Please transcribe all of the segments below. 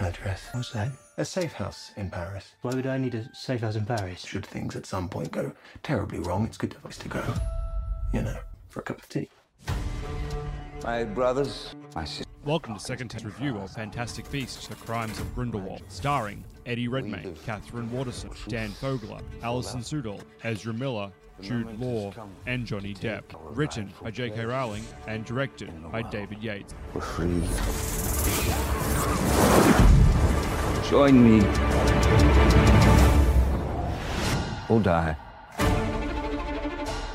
address. What's that? A safe house in Paris. Why would I need a safe house in Paris? Should things at some point go terribly wrong, it's a good place to go. You know, for a cup of tea. My brothers, Welcome to Second Test Review of Fantastic Beasts: The Crimes of Grindelwald, starring Eddie Redmayne, Catherine Waterson, Dan Fogler, Alison Sudol, Ezra Miller, Jude Law, and Johnny Depp. Written by J.K. Rowling and directed by David Yates. we're free. Join me. Or die.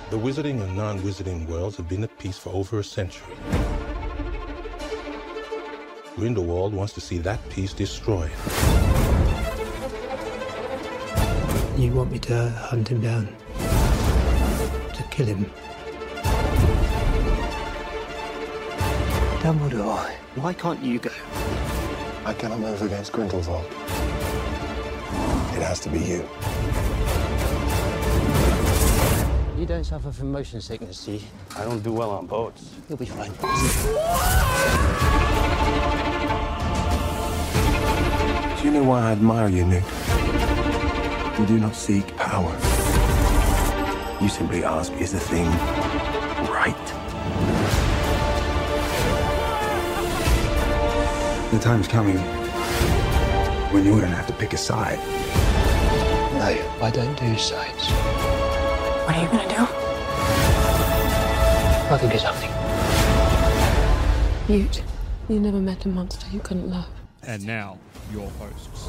The wizarding and non wizarding worlds have been at peace for over a century. Grindelwald wants to see that peace destroyed. You want me to hunt him down? To kill him? Dumbledore, why can't you go? I cannot move against Grindelwald. It has to be you. You don't suffer from motion sickness, do you? I don't do well on boats. You'll be fine. Do you know why I admire you, Newt? You do not seek power. You simply ask, is the thing right? The time's coming when you're gonna have to pick a side. No, I don't do sides. What are you gonna do? I can do something. Mute. You never met a monster you couldn't love. And now, your hosts.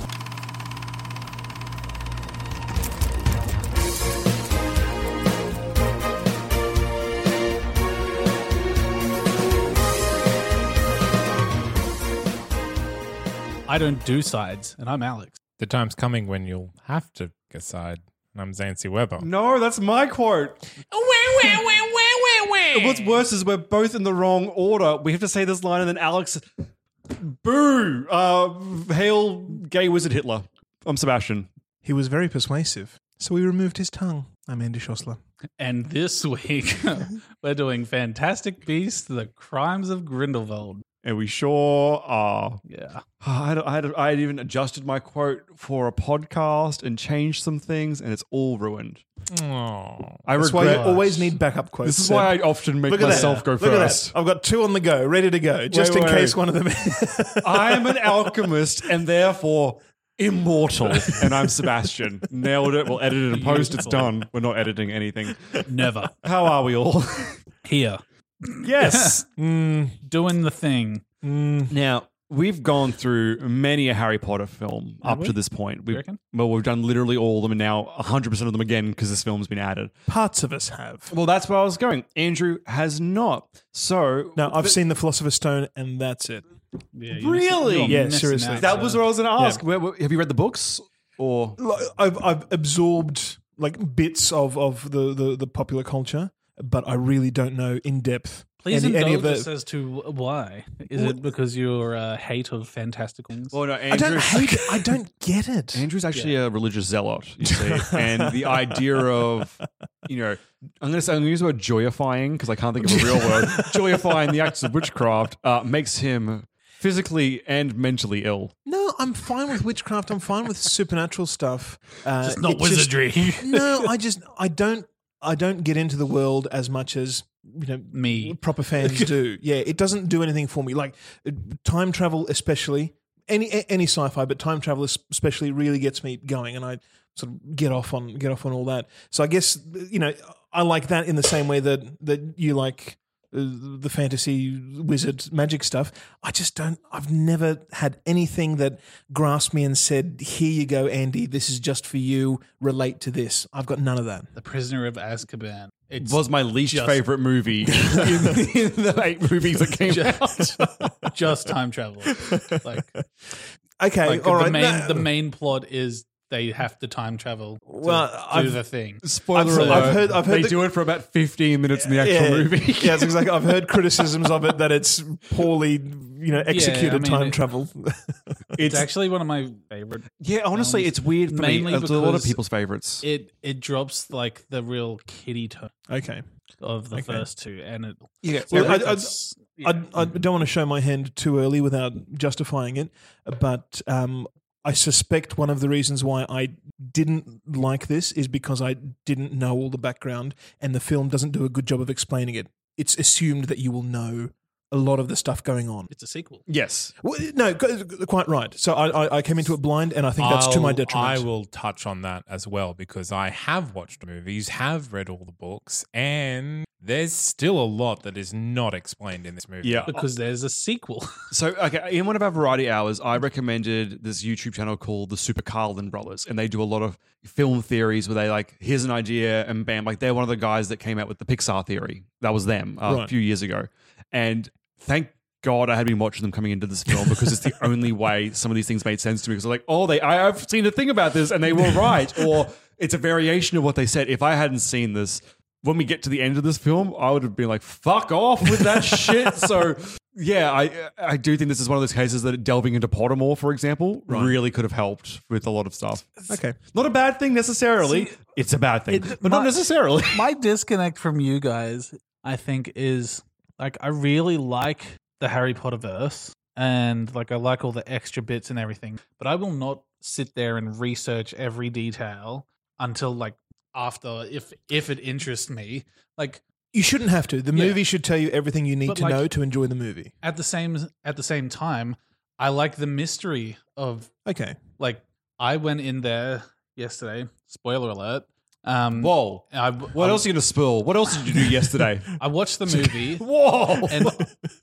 I don't do sides, and I'm Alex. The time's coming when you'll have to decide. And I'm Zancy Weber. No, that's my quote. What's worse is we're both in the wrong order. We have to say this line, and then Alex, boo! Uh, hail gay wizard Hitler. I'm Sebastian. He was very persuasive, so we removed his tongue. I'm Andy Schossler. And this week, we're doing Fantastic Beasts: The Crimes of Grindelwald. And we sure are. Yeah. I had, I, had, I had even adjusted my quote for a podcast and changed some things, and it's all ruined. Oh, I That's why you always need backup quotes. This is Seb. why I often make Look at that. myself go Look at that. first. I've got two on the go, ready to go, just Wait, in wait. case one of them. I am an alchemist and therefore immortal. And I'm Sebastian. Nailed it. We'll edit it in post. It's done. We're not editing anything. Never. How are we all? Here. yes. Doing the thing. Now, we've gone through many a Harry Potter film up to this point. We've, reckon? well, we've done literally all of them and now 100% of them again because this film's been added. Parts of us have. Well, that's where I was going. Andrew has not. So No, I've seen the Philosopher's Stone, and that's it. Really? Yeah, seriously. that was what I was going to ask. Yeah. Where- where- have you read the books? Or Like, I've, I've absorbed like bits of of the, the the popular culture, but I really don't know in depth. Please any, any of indulge the. us as to why. Is it because your uh, hate of fantastic things? well, no, I Andrew. don't hate. it. I don't get it. Andrew's actually a religious zealot, you see, and the idea of you know, I'm gonna say I'm gonna use the word joyifying because I can't think of a real word. joyifying the acts of witchcraft uh, makes him physically and mentally ill. No, I'm fine with witchcraft. I'm fine with supernatural stuff. Uh, Just not it just- wizardry. no, I just I don't I don't get into the world as much as you know Me. proper fans do. Yeah, it doesn't do anything for me. Like uh, time travel, especially any a- any sci-fi, but time travel es- especially really gets me going, and I sort of get off on get off on all that. So I guess you know uh, I like that in the same way that that you like uh, the fantasy wizard magic stuff. I just don't. I've never had anything that grasped me and said, "Here you go, Andy. This is just for you. Relate to this." I've got none of that. The Prisoner of Azkaban. It was my least favorite movie in, in the eight movies that came just, out. just time travel. Like, okay, like all the right. main No. the main plot is they have to time travel. To Well, do I've- the thing. Spoiler Absolutely. alert. I've heard- I've heard they the- do it for about 15 minutes in the actual movie. yeah, it's exactly. I've heard criticisms of it that it's poorly, you know, executed I mean, time it- travel. It's, actually one of my favorite. Yeah, honestly, Um, films, it's weird for mainly me. It's a lot of because people's favorites. It it drops like the real kiddie tone okay. of the Okay. first two, and it Yeah, so well, I- I- that's- I, I don't want to show my hand too early without justifying it, but um, I suspect one of the reasons why I didn't like this is because I didn't know all the background, and the film doesn't do a good job of explaining it. It's assumed that you will know a lot of the stuff going on. it's a sequel. Yes. Well, no, qu- quite right. So I, I, I came into it blind, and I think that's to my Oh, I'll- I detriment. will touch on that as well because I have watched the movies, have read all the books, and there's still a lot that is not explained in this movie. Yeah. because there's a sequel. So, okay, in one of our variety hours, I recommended this YouTube channel called the Super Carlin Brothers, and they do a lot of film theories where they like, here's an idea, and bam, like they're one of the guys that came out with the Pixar theory. That was them uh, a Right. few years ago, and thank. God, I had been watching them coming into this film because it's the only way some of these things made sense to me. Because like, oh, they, I, I've seen a thing about this, and they were right, or it's a variation of what they said. If I hadn't seen this, when we get to the end of this film, I would have been like, "Fuck off with that shit." So, yeah, I I do think this is one of those cases that delving into Pottermore, for example, really could have helped with a lot of stuff. okay. Not a bad thing necessarily. it's a bad thing, but not my- necessarily. my disconnect from you guys, I think, is like I really like the Harry Potter verse and like I like all the extra bits and everything, but I will not sit there and research every detail until like after if if it interests me. Like You shouldn't have to. The Yeah. movie should tell you everything you need But, to like- know to enjoy the movie. at the same at the same time, I like the mystery of Okay. like I went in there yesterday, spoiler alert. Um Whoa! I, What else are you gonna spill? What else did you do yesterday? I watched the movie. Whoa! and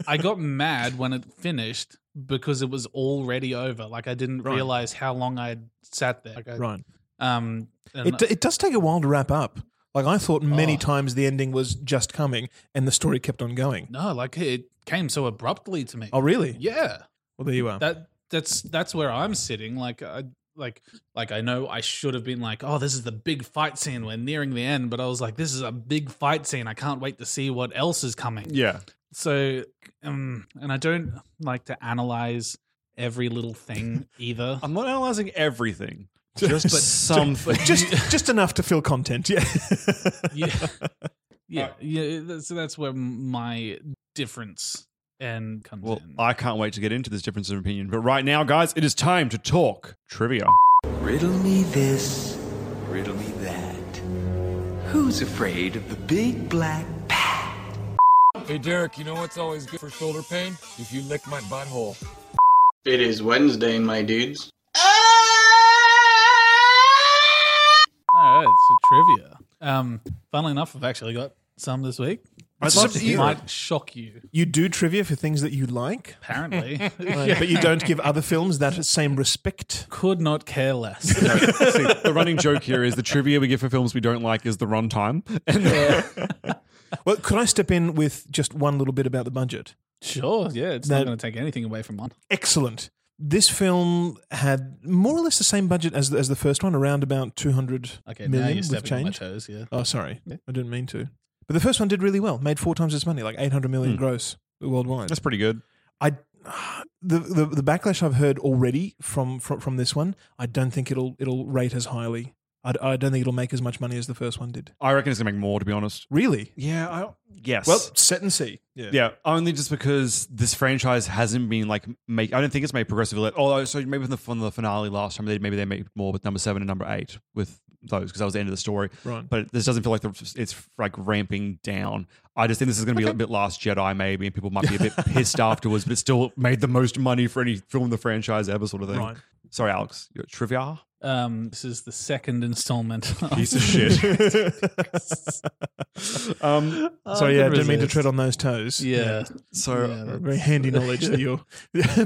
I got mad when it finished because it was already over. Like I didn't Right. realize how long I had sat there. Like I- Right. Um. and It, it does take a while to wrap up. Like I thought many Oh. times the ending was just coming and the story kept on going. no, like it came so abruptly to me. Oh, really? Yeah. Well, there you are. That that's that's where I'm sitting. Like I like like I know I should have been like, oh, this is the big fight scene. We're nearing the end, but I was like, this is a big fight scene. I can't wait to see what else is coming. yeah, So, um, and I don't like to analyze every little thing either. I'm not analyzing everything. Just- Just but but- something. just just enough to feel content. Yeah. yeah, yeah, yeah. that- So that's where my difference and comes well, in. I can't wait to get into this difference of opinion. But right now, guys, it is time to talk trivia. Riddle me this, riddle me that. Who's afraid of the big black? Hey Derek, you know what's always good for shoulder pain? If you lick my butthole. It is Wednesday, my dudes. All right, so trivia. Um, funnily enough, I've actually got some this week. I'd Some love to hear might it. shock you. You do trivia for things that you like, Apparently, right, but you don't give other films that same respect. Could not care less. See, the running joke here is the trivia we get for films we don't like is the runtime. And Well, could I step in with just one little bit about the budget? sure, yeah, it's That- not going to take anything away from one. Excellent. This film had more or less the same budget as the, as the first one, around about two hundred Okay, million now you're with stepping on my change. toes. Yeah. Oh, sorry, I didn't mean to. But the first one did really well. Made four times its money, like eight hundred million Hmm. gross worldwide. That's pretty good. I the, the the backlash I've heard already from from, from this one, I don't think it'll it'll rate as highly. I, I don't think it'll make as much money as the first one did. I reckon it's gonna make more, to be honest. Really? Yeah. I, yes. Well, set and see. yeah. Only just because this franchise hasn't been like make. I don't think it's made progressively. Like, oh, so maybe from the, from the finale last time, they maybe they made more with number seven and number eight with those because that was the end of the story. Right. But this doesn't feel like the, it's like ramping down. I just think this is gonna be a bit Last Jedi maybe, and people might be a bit pissed afterwards. But it still made the most money for any film in the franchise ever, sort of thing. Right. Sorry, Alex. Your trivia. Um, this is the second installment. Piece of shit. um, So yeah, I didn't mean to tread on those toes. Yeah. So Yeah. Very handy knowledge that you're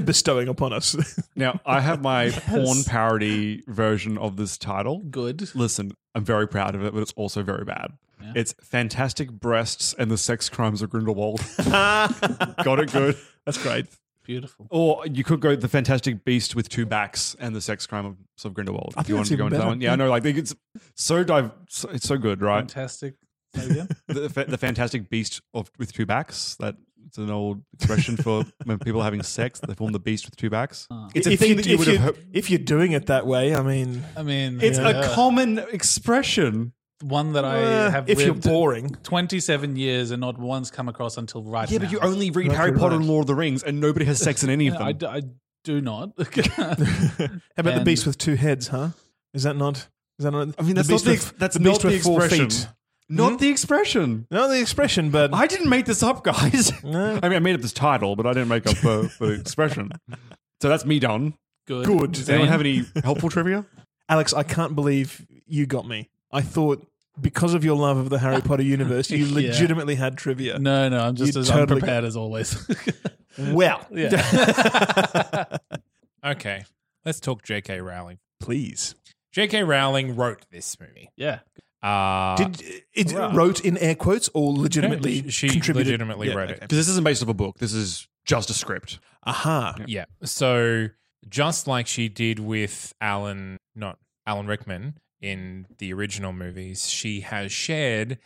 bestowing upon us. now I have my Yes. porn parody version of this title. Good. Listen, I'm very proud of it, but it's also very bad. Yeah. It's Fantastic Breasts and the Sex Crimes of Grindelwald. Got it good. That's great. Beautiful. Or you could go The Fantastic Beast with Two Backs and the Sex Crime of Grindelwald. I If you think wanted to that's go even into that better. one. Yeah, I know. Like, it's so dive. so- It's so good, right? Fantastic. Say again? the, fa- the Fantastic Beast of with Two Backs. That it's an old expression for when people are having sex. They form the beast with two backs. It's a Uh. if thing you, that you if would have. you- if you're doing it that way, I mean, I mean, It's yeah. a common expression. one that I Uh, have. if you're lived boring. 27 years and not once come across until right Yeah, now. but you only read Right, Harry you're Potter right. and Lord of the Rings, and nobody has sex in any of Yeah, them. I, d- I do not. How about the And- beast with two heads, huh? Is that not? Is that not? I mean, that's the not beast the, with- ex- that's the not beast the with four expression. feet. Not the expression. Not the expression, but I didn't make this up, guys. No. I mean, I made up this title, but I didn't make up the, the expression. So that's me done. Good. Good. Does anyone Zane? have any helpful trivia? Alex, I can't believe you got me. I thought because of your love of the Harry Potter universe, you Yeah. legitimately had trivia. No, no, I'm just You as totally- unprepared as always. Well, yeah. Okay, let's talk J.K. Rowling. please. J.K. Rowling wrote this movie. yeah. Uh, Did it Right. wrote in air quotes or legitimately No, she- she contributed? legitimately wrote it. Because this isn't based off a book. This is just a script. Aha. yeah. So just like she did with Alan, not Alan Rickman in the original movies, she has shared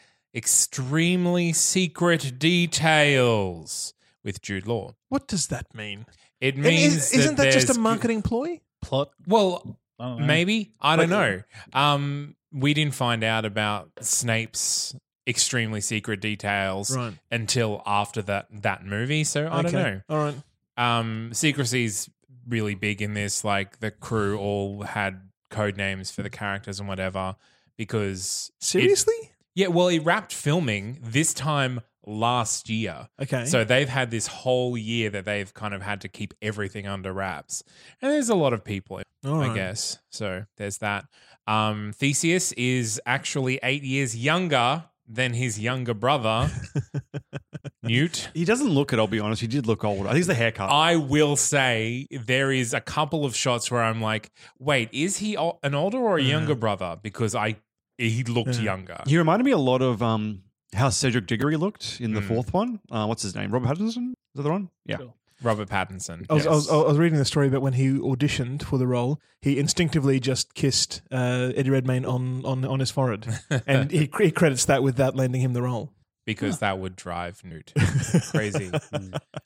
extremely secret details with Jude Law. What does that mean? It And means is, isn't that just there's- a marketing ploy? Plot. Well, I don't know. maybe I don't Like- know. Um, we didn't find out about Snape's extremely secret details Right. until after that that movie. So I don't know. All right. um secrecy's really big in this like the crew all had code names for the characters and whatever because it- Seriously? yeah well he wrapped filming this time last year okay. so they've had this whole year that they've kind of had to keep everything under wraps and there's a lot of people All i right. guess so there's that um theseus is actually eight years younger than his younger brother newt He doesn't look it, I'll be honest. He did look old. I think it's the haircut. I will say there is a couple of shots where I'm like, wait, is he o- an older or a younger brother? Because I he looked Yeah. younger. he reminded me a lot of um, how Cedric Diggory looked in the Mm. fourth one. Uh, what's his name? Robert Pattinson? Is that the one? Yeah. Sure. Robert Pattinson. I was, I, was, yes. I was reading the story about when he auditioned for the role, he instinctively just kissed uh, Eddie Redmayne on, on, on his forehead. and he, he credits that with that landing him the role. because that would drive Newt crazy.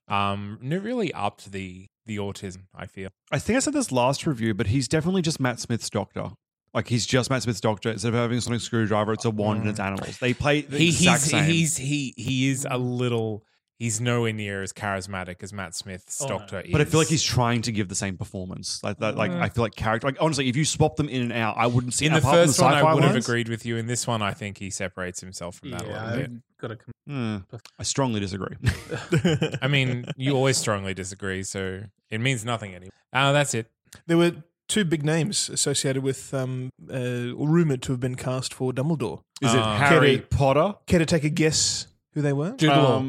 um, Newt really upped the the autism. I feel. I think I said this last review, but he's definitely just Matt Smith's doctor. Like he's just Matt Smith's doctor. Instead of having a sonic screwdriver, it's a wand and it's animals. They play the Mm. He, exact he's, same. he's he he is a little. He's nowhere near as charismatic as Matt Smith's Oh, no. doctor is. but I feel like he's trying to give the same performance. Like that, Mm. like I feel like character. Like honestly, if you swap them in and out, I wouldn't see in the apart from first one. I sci-fi would have ones. agreed with you. In this one, I think he separates himself from that a little bit. got to come. Hmm. I strongly disagree. I mean, you always strongly disagree, so it means nothing anymore. Oh, Uh, that's it. There were two big names associated with, um, uh, or rumoured to have been cast for Dumbledore. Is it Um, Harry Kerry- Potter? Um, Care to take a guess who they were? Jude Law.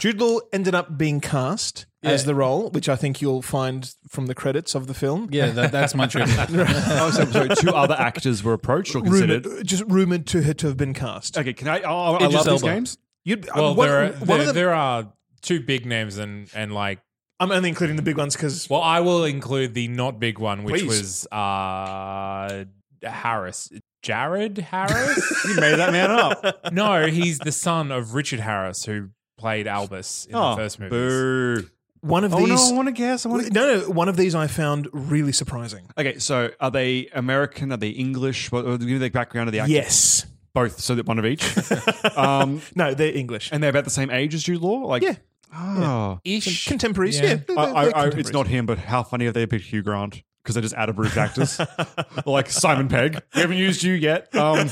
Jude Law ended up being cast as the role, which I think you'll find from the credits of the film. Yeah, that, that's my trick. oh, so, so two other actors were approached or considered. Rumoured, just rumoured to her to have been cast. Okay, can I? Oh, I Idris love these Elba. games. You'd, I Well, mean, one- there are one there, of the- there are two big names, and and like, I'm only including the big ones because well, I will include the not big one, which Please. was uh Harris, Jared Harris. You made that man up. no, he's the son of Richard Harris, who played Albus in the first movie. Oh, boo. one of Oh these. no, I want to guess. I want to no, no, one of these I found really surprising. Okay, so are they American? Are they English? What, what- give me the background of the actors. Yes. both. So that one of each, um, No, they're English. and they're about the same age as Jude Law. Like, Yeah. oh, Ish. Contemporaries. Yeah. Yeah. they're- I, they're I, I, it's contemporaries. not him. But how funny if they picked Hugh Grant because they just add approved actors like Simon Pegg. We haven't used you yet. Um,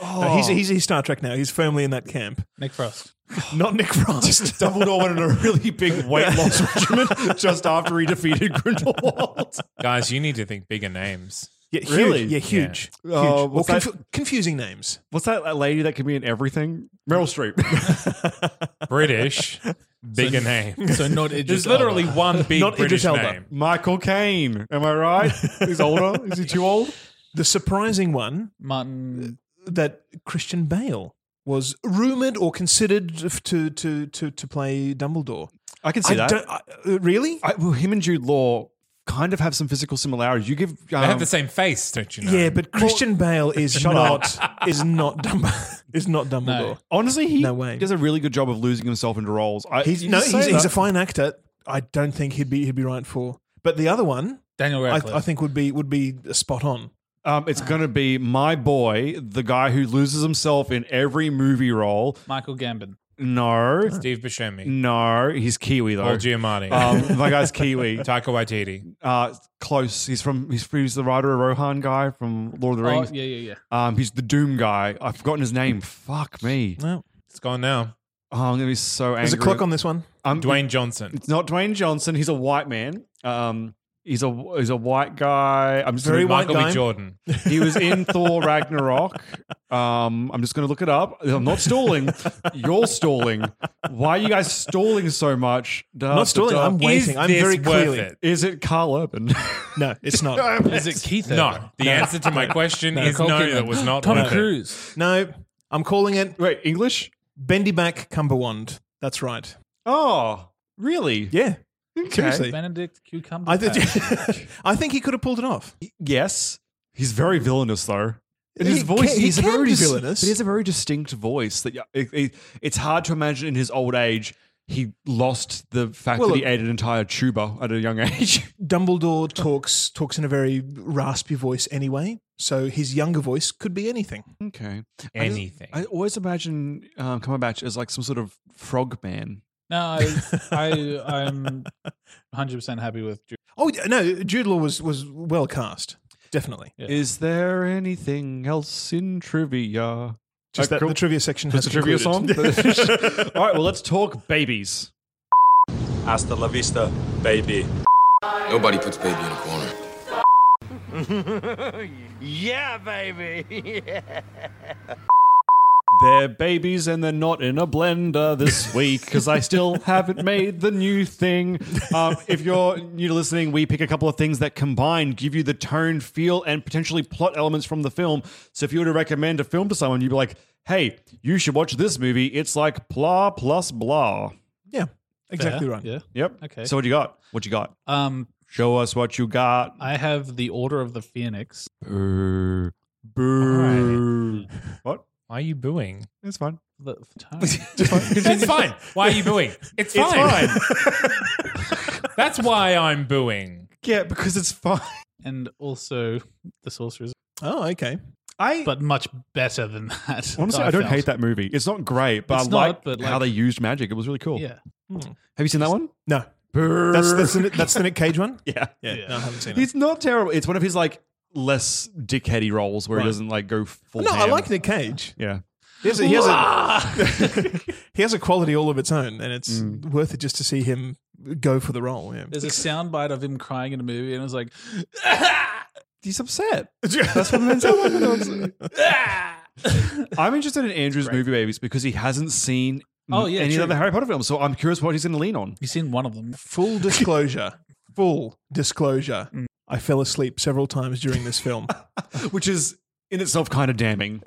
No, Oh, he's, he's, he's Star Trek now. He's firmly in that camp. Nick Frost. Not Nick Frost. Dumbledore went on a really big weight loss regimen just after he defeated Grindelwald. Guys, you need to think bigger names. Yeah, huge. Really? Yeah, huge. huge. Uh, or what's that- confu- confusing names. What's that, that lady that can be in everything? Meryl Streep. British, bigger name. So not Idris There's literally Elba. one big Not Idris British Elba. name. Michael Caine. Am I right? He's older. Is he too old? The surprising one Martin that Christian Bale was rumored or considered to to to to play Dumbledore. I can see I that. don't- I- uh, really? I, well, him and Jude Law kind of have some physical similarities. You give um, they have the same face, don't you know? yeah, but Christian Bale is Shut not is not Dumbledore. Is not Dumbledore. honestly, he No way. does a really good job of losing himself into roles. I, He's you no, say he's, that- he's a fine actor. I don't think he'd be he'd be right for. But the other one, Daniel I, Radcliffe. I think would be would be spot on. Um, it's going to be my boy, the guy who loses himself in every movie role. Michael Gambon. No, Steve Buscemi, no, he's Kiwi though. Paul Giamatti, Um, my guy's Kiwi. Taika Waititi. Uh, close. He's from. He's, he's the writer of Rohan guy from Lord of the Oh, Rings. yeah, yeah, yeah. Um, he's the Doom guy. I've forgotten his name. Fuck me. No, It's gone now. Oh, I'm gonna be so angry. there's a click on this one. Um, Dwayne Johnson. It's not Dwayne Johnson. He's a white man. Um, he's a he's a white guy. I'm just Very gonna- white Michael guy. B. Jordan. He was in Thor Ragnarok. Um, I'm just going to look it up. I'm not stalling. You're stalling. Why are you guys stalling so much? Da, da, Not stalling. da. I'm waiting. Is I'm this very worth clearly. it? Is it Carl Urban? No, it's not. Is it Keith? Urban? No, the answer to my question is Nicole no. Kidman. That was not Tom worth it. Cruise. no, I'm calling it Wait, English? Bendy Back Cumberwand. That's right. Oh, really? Yeah. Seriously. Benedict Cucumber. I, th- I think he could have pulled it off. Yes. He's very villainous, though. And He his voice, can- he he's a can very be dis- villainous. But he has a very distinct voice that yeah, it, it- it's hard to imagine in his old age. He lost the fact Well, that he look- ate an entire tuba at a young age. Dumbledore talks talks in a very raspy voice anyway, so his younger voice could be anything. Okay. I just- Anything. I, always imagine um, Cumberbatch as like some sort of frog man. No, I, I, I'm 100 percent happy with. Ju- Oh no, Jude Law was was well cast, definitely. Yeah. Is there anything else in trivia? Oh, Just Uh, that cool. the trivia section That's a has trivia song. All concluded. right, well, let's talk babies. Hasta la vista, baby. Nobody puts baby in a corner. They're babies and they're not in a blender this week because I still haven't made the new thing. Um, if you're new to listening, we pick a couple of things that combined give you the tone, feel, and potentially plot elements from the film. So if you were to recommend a film to someone, you'd be like, hey, you should watch this movie. It's like blah plus blah. yeah, exactly Fair, right. Yeah. Yep. Okay. So what you got? What you got? Um, Show us what you got. I have the Order of the Phoenix. Boo. Boo. What? Why are you booing? It's fine. The, It's fine. Why are you booing? It's fine. That's why I'm booing. Yeah, because it's fine. and also the Sorcerer's, Oh, okay. I but much better than that. Honestly, I, don't hate that movie. It's not great, but It's I not, like but, how like- they used magic. It was really cool. Yeah. Have you seen that one? No, that's that's the, that's the Nick Cage one. yeah. Yeah, no, I haven't seen it. It's not terrible. It's one of his like less dickheady roles where he doesn't like go full. No, I ham. like Nick Cage. Yeah. He has, a, he, has a, he has a quality all of its own, and it's worth it just to see him go for the role. Yeah. There's a soundbite of him crying in a movie, and it was like, He's upset. That's what men sound like when they're upset. I'm interested in Andrew's movie babies because he hasn't seen Oh, yeah, any true. of the Harry Potter films, so I'm curious what he's going to lean on. "You seen one of them?" Full disclosure. full disclosure. I fell asleep several times during this film, Which is in itself kind of damning.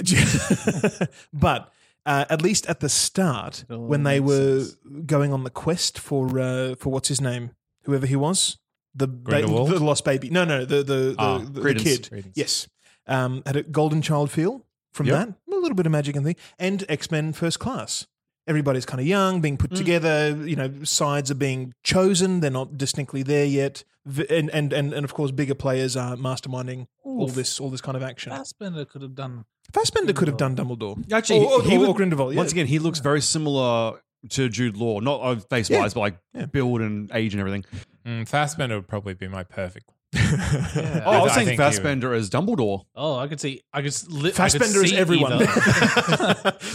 but uh, at least at the start, all when they makes were sense. going on the quest for uh, for what's his name, whoever he was, the, ba- Grindelwald? the lost baby. No, no, the the the, Ah, the, the Credence. kid. Credence. Yes, um, had a golden child feel from Yep. that. A little bit of magic and thing, and X Men First Class. Everybody's kind of young, being put together. You know, sides are being chosen. They're not distinctly there yet, V- and and and, and of course, bigger players are masterminding all Oof. this all this kind of action. Fassbender could have done. Fassbender could have done Dumbledore. Oh, Actually, or, or, he or would- Grindelwald. Yeah. Once again, he looks very similar to Jude Law, not uh, face wise, Yeah. but like Yeah. build and age and everything. Mm, Fassbender would probably be my perfect. Yeah. Oh, I was I saying think he would. Fassbender as Dumbledore. Oh, I could see. I could. s- Li- I could Fassbender is see everyone. either.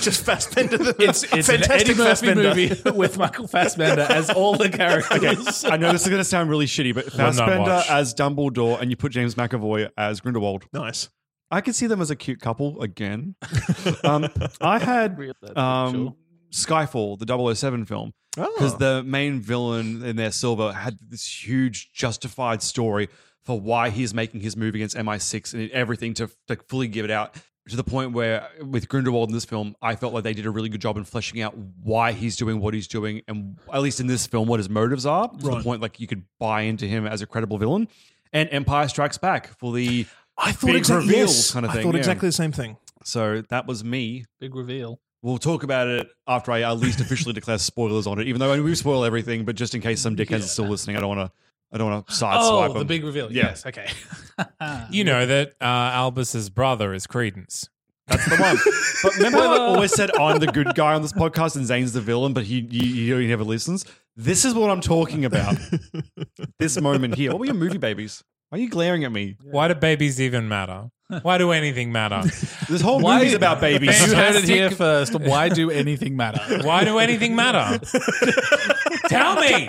Just Fassbender. The, It's, it's fantastic an Eddie Murphy Fassbender. movie with Michael Fassbender as all the characters. I know this is going to sound really shitty, but One night Fassbender watch. as Dumbledore and you put James McAvoy as Grindelwald. Nice. I could see them as a cute couple again. um, I had um, Skyfall, the 007 film, because Oh. the main villain in there, Silver, had this huge justified story for why he's making his move against MI6 and everything to, to fully give it out. to the point where with Grindelwald in this film, I felt like they did a really good job in fleshing out why he's doing what he's doing, and at least in this film, what his motives are. To Right. the point like you could buy into him as a credible villain. And Empire Strikes Back for the I thought big exactly reveal yes, kind of I thing. thought yeah. exactly the same thing. So that was me. Big reveal. We'll talk about it after I at least officially declare spoilers on it, even though I mean, we spoil everything. But just in case some dickheads are still listening, I don't want to. I don't want to sideswipe oh, the them. big reveal. Yeah. Yes. Okay. You know that uh, Albus's brother is Credence. That's the one. but remember, how I always said I'm the good guy on this podcast and Zane's the villain, but he you, you know, he never listens. This is what I'm talking about. this moment here. What were your movie babies? Why are you glaring at me? Why do babies even matter? Why do anything matter? This whole movie's about babies. You heard it Fantastic- here first. Why do anything matter? Why do anything matter? Tell me.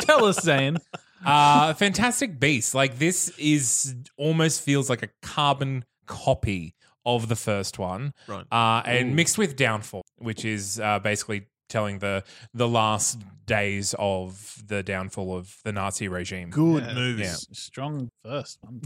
Tell us, Zane. Uh, Fantastic Beasts. Like this is almost feels like a carbon copy of the first one, Right. Uh, and mixed with Downfall, which is uh, basically telling the the last days of the downfall of the Nazi regime. Good Yeah. movie. Yeah. Strong first one.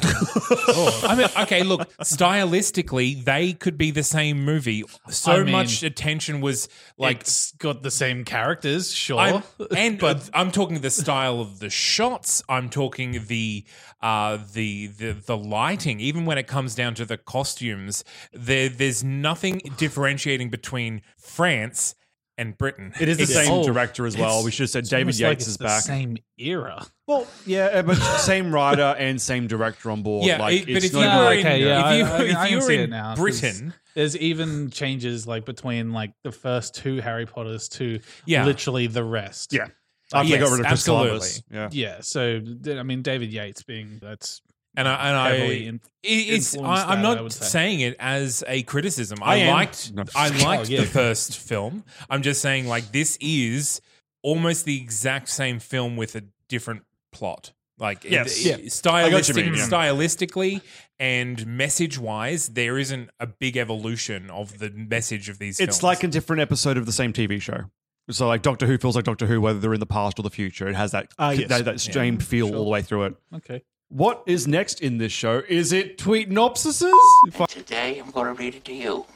I mean, okay, look, stylistically, they could be the same movie. So I mean, much attention was like. Like, it's got the same characters, sure. I'm, and but I'm talking the style of the shots. I'm talking the uh, the the the lighting. Even when it comes down to the costumes, there there's nothing differentiating between France and Britain. It is the It's- same Oh, director as well. it's- We should have said it's David almost Yates like it's is the back. Same era. Well, yeah, uh, but same writer and same director on board. Yeah, like, it- but it's if not you even- Yeah, were in- okay, yeah. if you- I- I- if I can you were see in it now, 'cause Britain- there's even changes like between like the first two Harry Potters to Yeah. literally the rest. yeah, after they Yes, got rid of Chris absolutely. Columbus. Yeah, yeah. So d- I mean, David Yates being that's And I, and I, heavily in- it- it's, influenced I, I'm that, I not would say. saying it as a criticism. I I, am. liked, No. I liked Oh, yeah. the first film. I'm just saying, like, this is almost the exact same film with a different plot. Like, Yes. it- it- Yeah. I got what you stylistic, mean, yeah. stylistically and message wise, there isn't a big evolution of the message of these. it's films. like a different episode of the same TV show. So like Doctor Who feels like Doctor Who, whether they're in the past or the future. It has that Ah, yes. that, that same feel all the way through it. okay. What is next in this show? Is it tweetnopsises? Fuck. Today I'm gonna read it to you.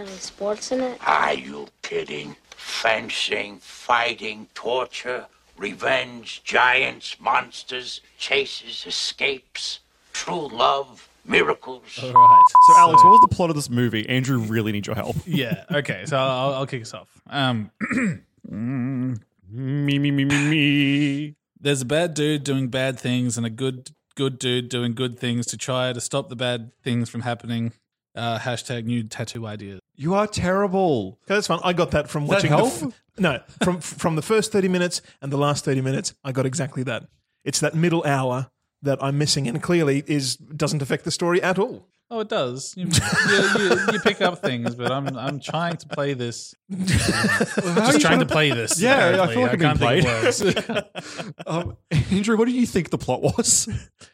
Any sports in it? Are you kidding? Fencing, fighting, torture, revenge, giants, monsters, chases, escapes, true love, miracles. All right. So Alex, what was the plot of this movie? Andrew really needs your help. yeah. Okay. So I'll, I'll kick us off. Um, me me me me me. there's a bad dude doing bad things and a good good dude doing good things to try to stop the bad things from happening. Uh, hashtag new tattoo ideas. You are terrible. Okay, that's fine. I got that from Does that watching. the help? no, from from the first thirty minutes and the last thirty minutes, I got exactly that. It's that middle hour that I'm missing, and clearly is doesn't affect the story at all. Oh, it does. You, you, you, you pick up things, but I'm I'm trying to play this. Just trying to play this. Yeah, I apparently. feel like I'm can't being think of words. Um, Andrew, what do you think the plot was?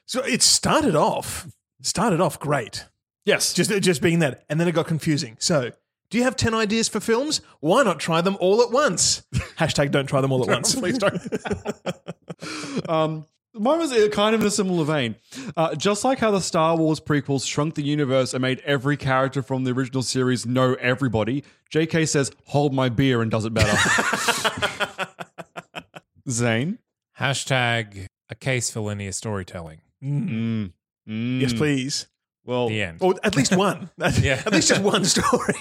So it started off started off great, Yes, just it just being that, and then it got confusing. So. Do you have 10 ideas for films? Why not try them all at once? Hashtag don't try them all at once. Please don't. um, mine was uh, kind of in a similar vein. Uh, just like how the Star Wars prequels shrunk the universe and made every character from the original series know everybody, JK says, hold my beer and does it better. Zane? hashtag a case for linear storytelling. Mm. Mm. Yes, please. Well, The end. Or at least one. Yeah. At least just one story.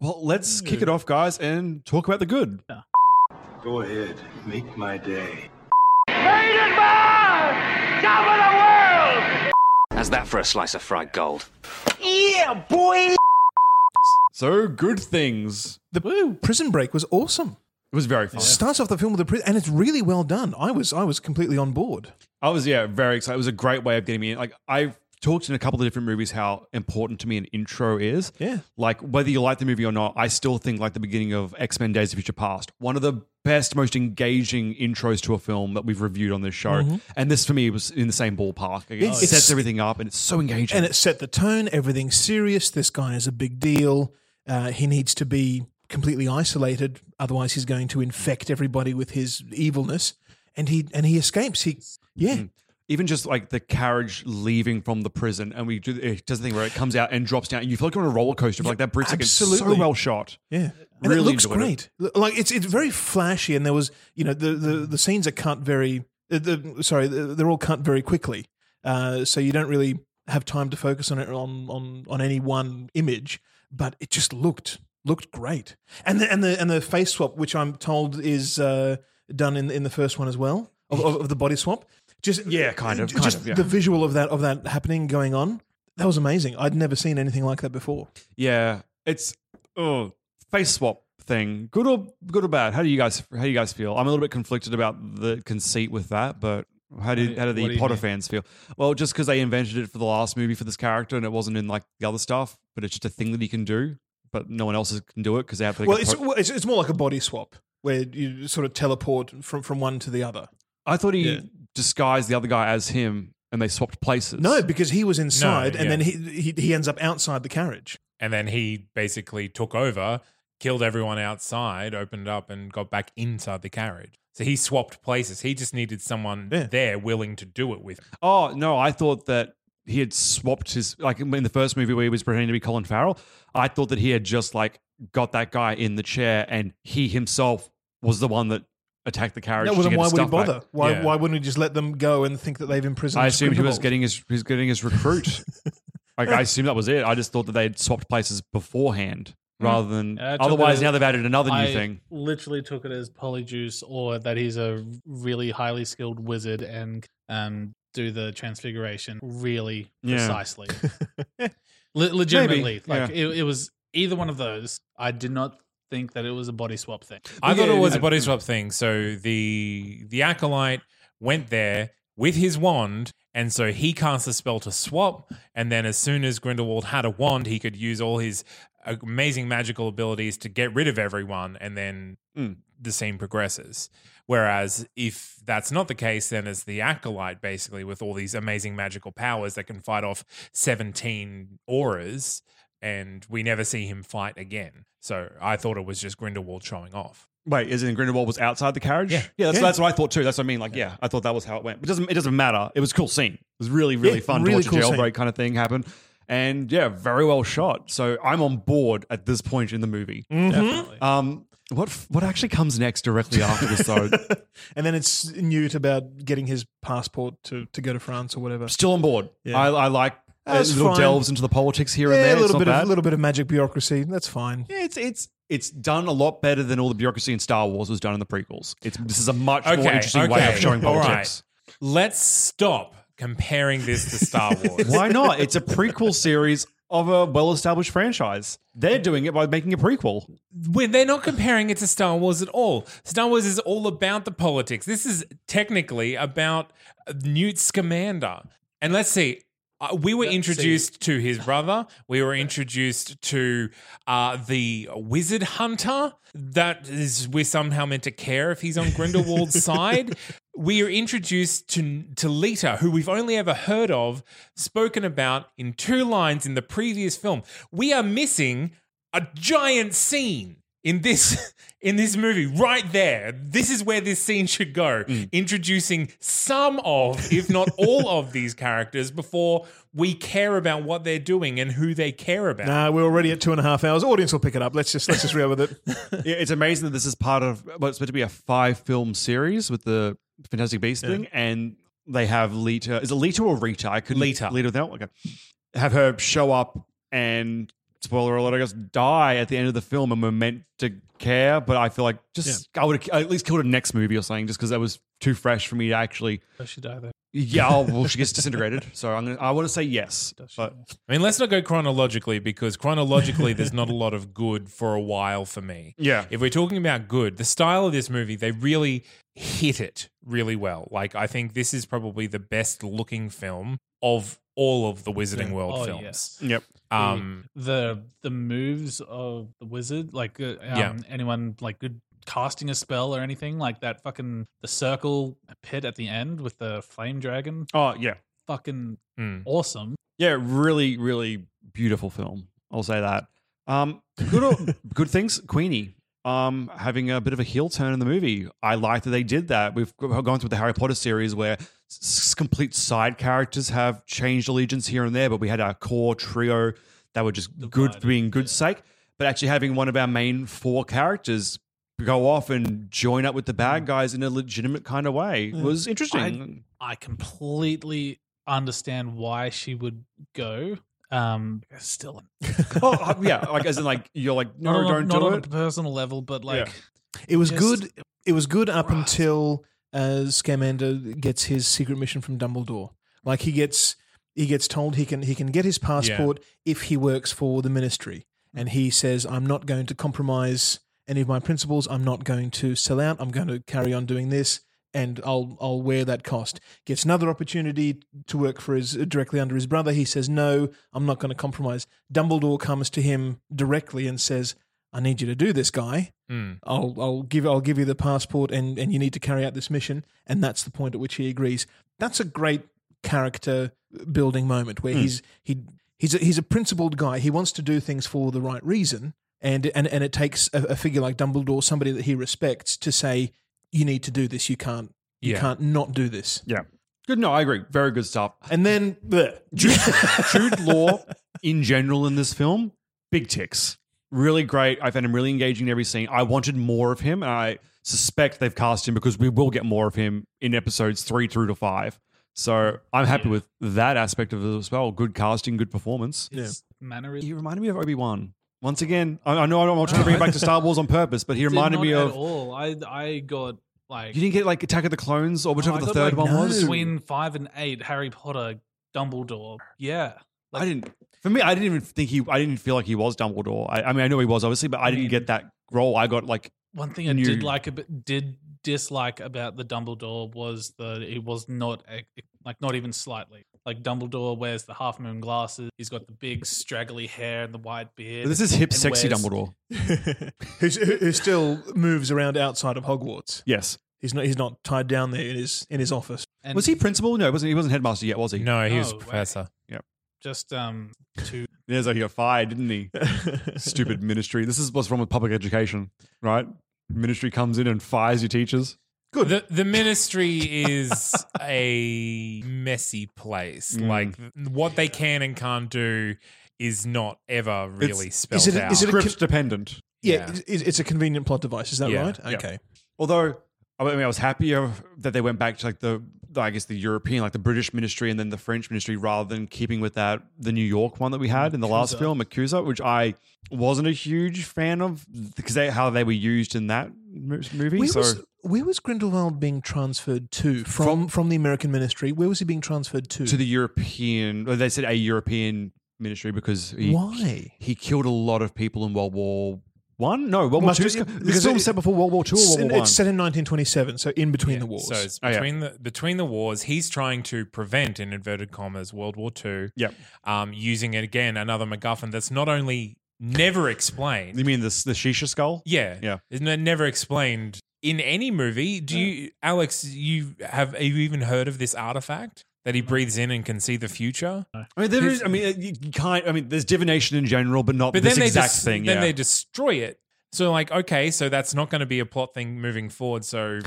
well, let's kick it off, guys, and talk about the good. Go ahead, make my day. How's that for a slice of fried gold? So, good things. the prison break was awesome. It was very fun. starts off the film with a prison, and it's really well done. I was I was completely on board. I was yeah very excited. It was a great way of getting me in. Like I've talked in a couple of different movies how important to me an intro is. Yeah. Like whether you like the movie or not, I still think like the beginning of X Men: Days of Future Past, one of the best, most engaging intros to a film that we've reviewed on this show. And this for me was in the same ballpark. Like, it Mm-hmm. It's- sets everything up, and it's so engaging. And it set the tone. Everything's serious. This guy is a big deal. Uh, he needs to be completely isolated, otherwise he's going to infect everybody with his evilness. And he and he escapes. He yeah. even just like the carriage leaving from the prison, and we do it does the thing where it comes out and drops down, and you feel like you're on a roller coaster. But like that Brit absolutely so well shot. Yeah, and really it looks great. It. Like it's it's very flashy, and there was you know the the, the scenes are cut very uh, the, sorry they're all cut very quickly, uh, so you don't really have time to focus on it on on on any one image. But it just looked looked great, and the and the and the face swap, which I'm told is uh, done in in the first one as well. Of, of, of the body swap, just yeah, kind of, just kind of, yeah. the visual of that of that happening going on. That was amazing. I'd never seen anything like that before. Yeah, it's oh face swap thing. Good or good or bad? How do you guys how do you guys feel? I'm a little bit conflicted about the conceit with that, but how did how do the do Potter mean? fans feel? Well, just because they invented it for the last movie for this character and it wasn't in like the other stuff, but it's just a thing that he can do, but no one else can do it because they have. Like well, it's, pro- well, it's it's more like a body swap where you sort of teleport from from one to the other. I thought he yeah. disguised the other guy as him and they swapped places. No, because he was inside no, and yeah. then he, he, he ends up outside the carriage. And then he basically took over, killed everyone outside, opened up and got back inside the carriage. So he swapped places. He just needed someone yeah. there willing to do it with. Him. Oh, no, I thought that he had swapped his like in the first movie where he was pretending to be Colin Farrell, I thought that he had just like got that guy in the chair and he himself was the one that attack the carriage. No, well, why would he bother? Back. Why, yeah. why wouldn't he just let them go and think that they've imprisoned? I assumed he was getting his he's getting his recruit. like I assumed that was it. I just thought that they had swapped places beforehand Hmm. rather than uh, otherwise now they've added another new I thing literally took it as polyjuice or that he's a really highly skilled wizard and um, do the transfiguration really yeah. precisely Le- legitimately Maybe. like yeah. it, it was either one of those i did not think that it was a body swap thing. I yeah, thought it was a body swap thing. So the the acolyte went there with his wand, and so he cast a spell to swap. And then, as soon as Grindelwald had a wand, he could use all his amazing magical abilities to get rid of everyone, and then mm. the scene progresses. Whereas if that's not the case, then it's the acolyte basically with all these amazing magical powers that can fight off seventeen auras and we never see him fight again. So I thought it was just Grindelwald showing off. Wait, is it Grindelwald was outside the carriage? Yeah, yeah, that's, yeah. that's what I thought too. That's what I mean. Like, yeah. yeah. I thought that was how it went. But it doesn't it doesn't matter. It was a cool scene. It was really really yeah, fun really to watch cool a jailbreak scene. kind of thing happen. And yeah, very well shot. So I'm on board at this point in the movie. Mm-hmm. Um, what what actually comes next directly after this though? and then it's Newt about getting his passport to to go to France or whatever. Still on board. I, I like that's a little fine. delves into the politics here yeah, and there. A little bit bad. of little bit of magic bureaucracy. That's fine. Yeah, it's it's it's done a lot better than all the bureaucracy in Star Wars was done in the prequels. It's this is a much okay, more interesting okay. way of showing politics. Right. Let's stop comparing this to Star Wars. Why not? It's a prequel series of a well-established franchise. They're doing it by making a prequel. When they're not comparing it to Star Wars at all. Star Wars is all about the politics. This is technically about Newt Scamander. And let's see, uh, we were Let's introduced see. to his brother. We were introduced to uh, the wizard hunter. That is, we're somehow meant to care if he's on Grindelwald's side. We are introduced to, to Lita, who we've only ever heard of, spoken about in two lines in the previous film. We are missing a giant scene in this in this movie right there this is where this scene should go mm. introducing some of if not all of these characters before we care about what they're doing and who they care about nah we're already at two and a half hours audience will pick it up let's just let's just reel with it yeah, it's amazing that this is part of what's well, meant to be a five film series with the fantastic beast yeah. thing and they have lita is it lita or rita i could lita lita without okay have her show up and spoiler alert, I guess, die at the end of the film and we're meant to care. But I feel like just yeah. I would I at least killed a next movie or something just because that was too fresh for me to actually. Does she die though? Yeah, oh, well, she gets disintegrated. So I'm gonna, I want to say yes. But I mean, let's not go chronologically because chronologically, there's not a lot of good for a while for me. Yeah. If we're talking about good, the style of this movie, they really hit it really well. Like, I think this is probably the best looking film of all of the Wizarding yeah. World oh, films. Yes. Yep. Um, the the moves of the wizard, like uh, um, yeah. anyone like good casting a spell or anything like that. Fucking the circle pit at the end with the flame dragon. Oh yeah, fucking mm. awesome. Yeah, really, really beautiful film. I'll say that. Um, good, good things. Queenie, um, having a bit of a heel turn in the movie. I like that they did that. We've gone through the Harry Potter series where s- complete side characters have changed allegiance here and there, but we had our core trio that were just good for being good sake. But actually having one of our main four characters go off and join up with the bad guys in a legitimate kind of way was interesting. I, I completely understand why she would go. Um, still, oh yeah, like as in like you're like no, not on, don't not do on it. a personal level, but like It was Just- good. It was good up until uh, Scamander gets his secret mission from Dumbledore. Like he gets he gets told he can he can get his passport if he works for the Ministry, and he says, "I'm not going to compromise any of my principles. I'm not going to sell out. I'm going to carry on doing this." And I'll I'll wear that cost. Gets another opportunity to work for his directly under his brother. He says, "No, I'm not going to compromise." Dumbledore comes to him directly and says, "I need you to do this, guy." Mm. I'll I'll give I'll give you the passport and and you need to carry out this mission and that's the point at which he agrees. That's a great character building moment where Hmm. he's he he's a, he's a principled guy. He wants to do things for the right reason and and and it takes a, a figure like Dumbledore, somebody that he respects to say you need to do this. You can't you Yeah. can't not do this. Yeah, good. No, I agree. Very good stuff. And then bleh. Jude, Jude Law in general in this film, big ticks. Really great. I found him really engaging in every scene. I wanted more of him. and I suspect they've cast him because we will get more of him in episodes three through to five. So I'm happy with that aspect of it as well. Good casting, good performance. his mannerism. He reminded me of Obi Wan. Once again, I, I know I'm not trying to bring it back to Star Wars on purpose, but he reminded Did me not of. at all. I I got like Oh, You didn't get like Attack of the Clones or whichever I the got, third like, one was. between five and eight. Harry Potter, Dumbledore. Yeah, I didn't. For me, I didn't even think he. I didn't feel like he was Dumbledore. I, I mean, I know he was obviously, but I, didn't get that role. I got like One thing I new- did like a bit, did dislike about the Dumbledore was that it was not a- like not even slightly like Dumbledore wears the half moon glasses. He's got the big straggly hair and the white beard. But this is hip, and sexy wears- Dumbledore. Who's, who who still moves around outside of Hogwarts. Yes. He's not he's not tied down there in his in his office. And was he principal? No, he wasn't. He wasn't headmaster yet, was he? No, he was No way. professor. Just um two. There's like he got fired, didn't he? Stupid ministry. This is what's wrong with public education, right? Ministry comes in and fires your teachers. Good. The, the ministry is a messy place. Mm. Like th- what they can and can't do is not ever really spelled is it a- out. is it a Script con- dependent. Yeah, It's, it's a convenient plot device. Is that Yeah, right? yeah. Okay. Although I mean, I was happier that they went back to like the, the- I guess the European, like the British ministry and then the French ministry, rather than keeping with that the New York one that we had in the last Yakuza. film, Accusa, which I wasn't a huge fan of because they, how they were used in that mo- movie. Where so was, where was Grindelwald being transferred to from, from the American Ministry? Where was he being transferred to? to the European, or they said a European ministry because he, Why? he killed a lot of people in World War One. No, World War Must Two. have- This because film it- set before World War Two or It's World in- War One. It's set in 1927, so in between the wars. So it's Oh, yeah. between the between the wars, he's trying to prevent in inverted commas World War Two. Yep. Um, using again another MacGuffin that's not only never explained. You mean the the Shisha skull? Yeah. Yeah. Isn't it never explained in any movie? Do you, Alex, you have, have you even heard of this artifact that he breathes in and can see the future? I mean, there is. I mean, uh, you you can't. I mean, there's divination in general, but not But this then they exact des- thing. Then yeah. they destroy it. So like, okay, so that's not going to be a plot thing moving forward. So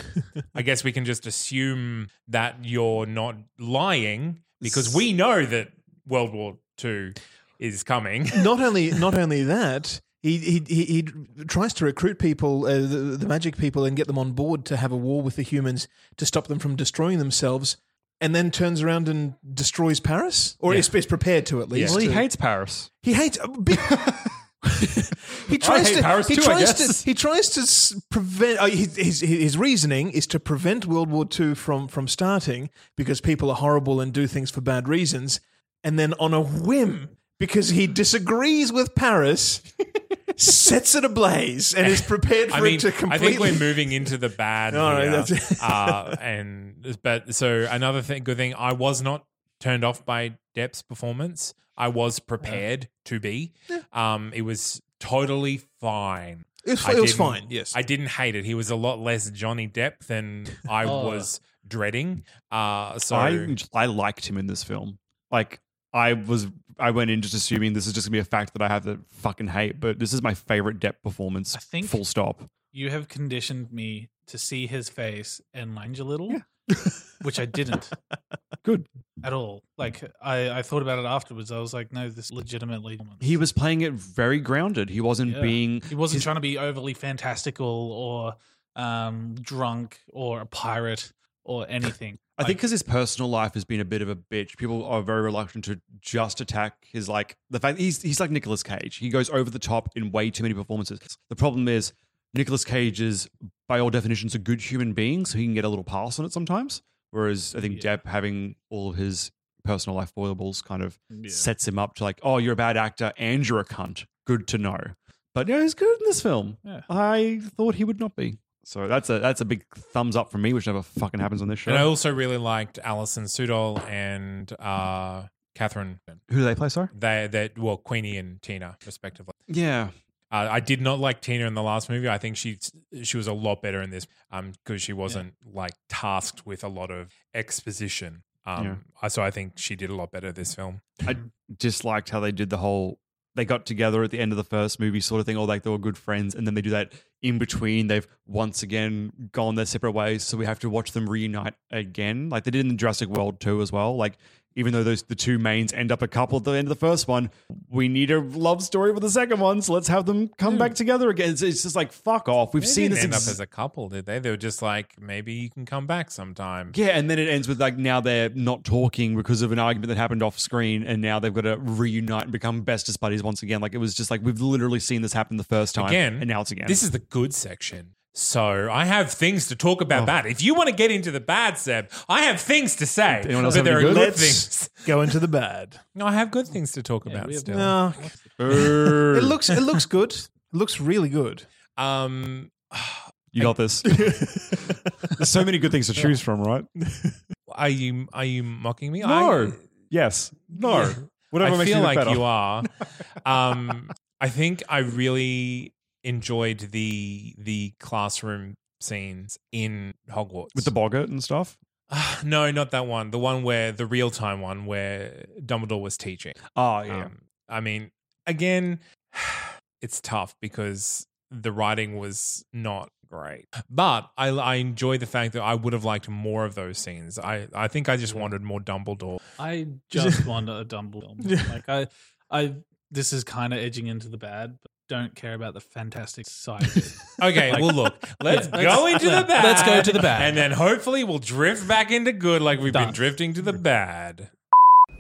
I guess we can just assume that you're not lying because we know that World War Two is coming. not only not only that, he he he, he tries to recruit people, uh, the, the magic people, and get them on board to have a war with the humans to stop them from destroying themselves. And then turns around and destroys Paris, or Yeah. is, is prepared to at least. Well, he to- hates Paris. He hates. a bit- he tries hate to. Paris he too, I tries guess. to. He tries to s- prevent. Uh, his, his his reasoning is to prevent World War II from from starting because people are horrible and do things for bad reasons, and then on a whim because he disagrees with Paris. Sets it ablaze and is prepared for I mean, it to I think completely. we're moving into the bad. All right, here. that's it. uh, and but so another thing, good thing, I was not turned off by Depp's performance. I was prepared to be. Um, it was totally fine. It was- I it was didn't- fine, yes. I didn't hate it. He was a lot less Johnny Depp than I Oh. was dreading. Uh, so I I liked him in this film. Like I was I went in just assuming this is just gonna be a fact that I have to fucking hate, but this is my favorite Depp performance. I think full stop. You have conditioned me to see his face and lunge a little, yeah. which I didn't. Good at all. Like I, I thought about it afterwards. I was like, no, this legitimately. He was playing it very grounded. He wasn't yeah. being. He wasn't his- trying to be overly fantastical or um, drunk or a pirate or anything. I like, think because his personal life has been a bit of a bitch, people are very reluctant to just attack his like the fact he's he's like Nicolas Cage. He goes over the top in way too many performances. The problem is Nicolas Cage is by all definitions a good human being, so he can get a little pass on it sometimes. Whereas I think yeah. Depp having all of his personal life foibles kind of yeah. sets him up to like, oh, you're a bad actor and you're a cunt. Good to know. But yeah, he's good in this film. Yeah. I thought he would not be. So that's a that's a big thumbs up from me, which never fucking happens on this show. And I also really liked Alison Sudol and uh, Catherine. Who do they play? Sorry, they that well Queenie and Tina respectively. Yeah, uh, I did not like Tina in the last movie. I think she she was a lot better in this, um, because she wasn't yeah. like tasked with a lot of exposition. Um, yeah. so I think she did a lot better this film. I disliked how they did the whole they got together at the end of the first movie sort of thing, or like they were good friends, and then they do that in between. They've once again gone their separate ways, so we have to watch them reunite again, like they did in the Jurassic World too, as well. Like even though those the two mains end up a couple at the end of the first one, we need a love story with the second one, so let's have them come mm. back together again. It's, it's, just like fuck off. We've they seen this end ex- up as a couple, did they? They were just like maybe you can come back sometime. Yeah, and then it ends with like now they're not talking because of an argument that happened off screen, and now they've got to reunite and become bestest buddies once again. Like it was just like we've literally seen this happen the first time again, and now it's again. This is the good section. So I have things to talk about oh. bad. If you want to get into the bad, Seb, I have things to say. Anyone else but there good? are good Let's things. Go into the bad. No, I have good things to talk yeah, about still. No. it looks it looks good. It looks really good. Um You got this. There's so many good things to choose from, right? Are you are you mocking me? No. I, yes. No. Yeah. Whatever I feel you like better. you are. Um I think I really enjoyed the the classroom scenes in Hogwarts with the boggart and stuff. Uh, no, not that one. The one where the real time one where Dumbledore was teaching. Oh yeah. Um, I mean, again, it's tough because the writing was not great. But I, I enjoy the fact that I would have liked more of those scenes. I, I think I just wanted more Dumbledore. I just want a Dumbledore. Yeah. Like I I this is kind of edging into the bad, but don't care about the fantastic side. okay, like, well, look, let's yeah, go let's, into yeah, the bad. Let's go to the bad. And then hopefully we'll drift back into good like we've Done. been drifting to the bad.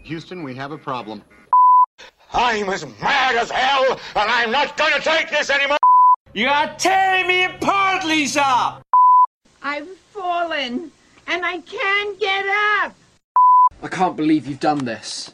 Houston, we have a problem. I'm as mad as hell, and I'm not going to take this anymore. You are tearing me apart, Lisa! I've fallen, and I can't get up. I can't believe you've done this.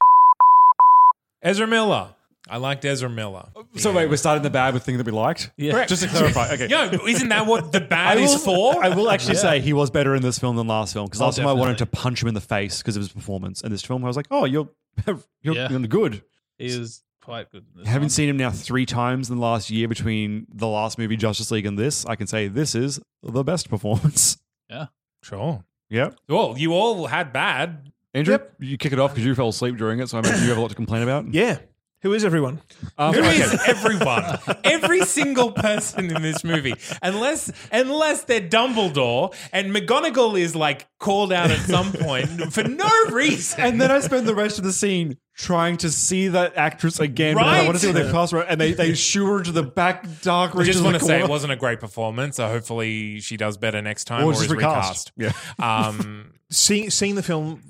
Ezra Miller. I liked Ezra Miller. So yeah. wait, we're starting the bad with thing that we liked. Yeah, Correct. just to clarify. Okay, yo, isn't that what the bad will, is for? I will actually yeah. say he was better in this film than last film because last oh, time I wanted to punch him in the face because of his performance, and this film I was like, oh, you're you're, yeah. you're good. He is quite good. Haven't seen him now three times in the last year between the last movie Justice League and this. I can say this is the best performance. Yeah, sure. Yep. Well, you all had bad. Andrew, yep. you kick it off because you fell asleep during it, so I imagine you have a lot to complain about. Yeah. Who is everyone? Um, Who okay. is everyone? Every single person in this movie, unless unless they're Dumbledore and McGonagall is like called out at some point for no reason. And then I spend the rest of the scene trying to see that actress again. Right? I want to see what they pass her, and they they shoo her to the back dark I just want to say it wasn't a great performance. So hopefully she does better next time or, or is recast. recast. Yeah. Um, seeing seeing the film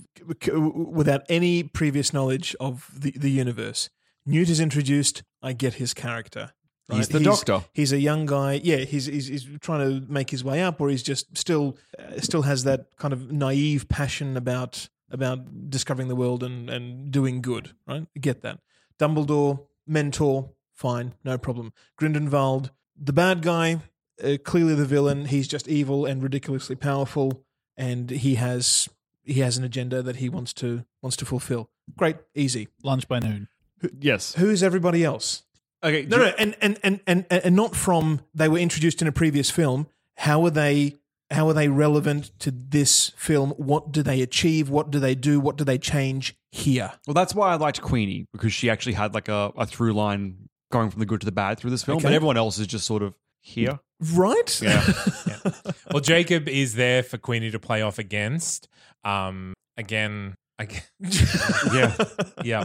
without any previous knowledge of the, the universe. Newt is introduced. I get his character. Right? He's the he's, doctor. He's a young guy. Yeah, he's, he's, he's trying to make his way up, or he's just still uh, still has that kind of naive passion about about discovering the world and and doing good. Right, get that. Dumbledore, mentor, fine, no problem. Grindenwald, the bad guy, uh, clearly the villain. He's just evil and ridiculously powerful, and he has he has an agenda that he wants to wants to fulfill. Great, easy. Lunch by noon. Who, yes. Who's everybody else? Okay. No, no, and, and and and and not from they were introduced in a previous film. How are they? How are they relevant to this film? What do they achieve? What do they do? What do they change? here. Well, that's why I liked Queenie because she actually had like a, a through line going from the good to the bad through this film, okay. but everyone else is just sort of here. Right? Yeah. yeah. Well, Jacob is there for Queenie to play off against. Um, again, again. yeah. Yeah.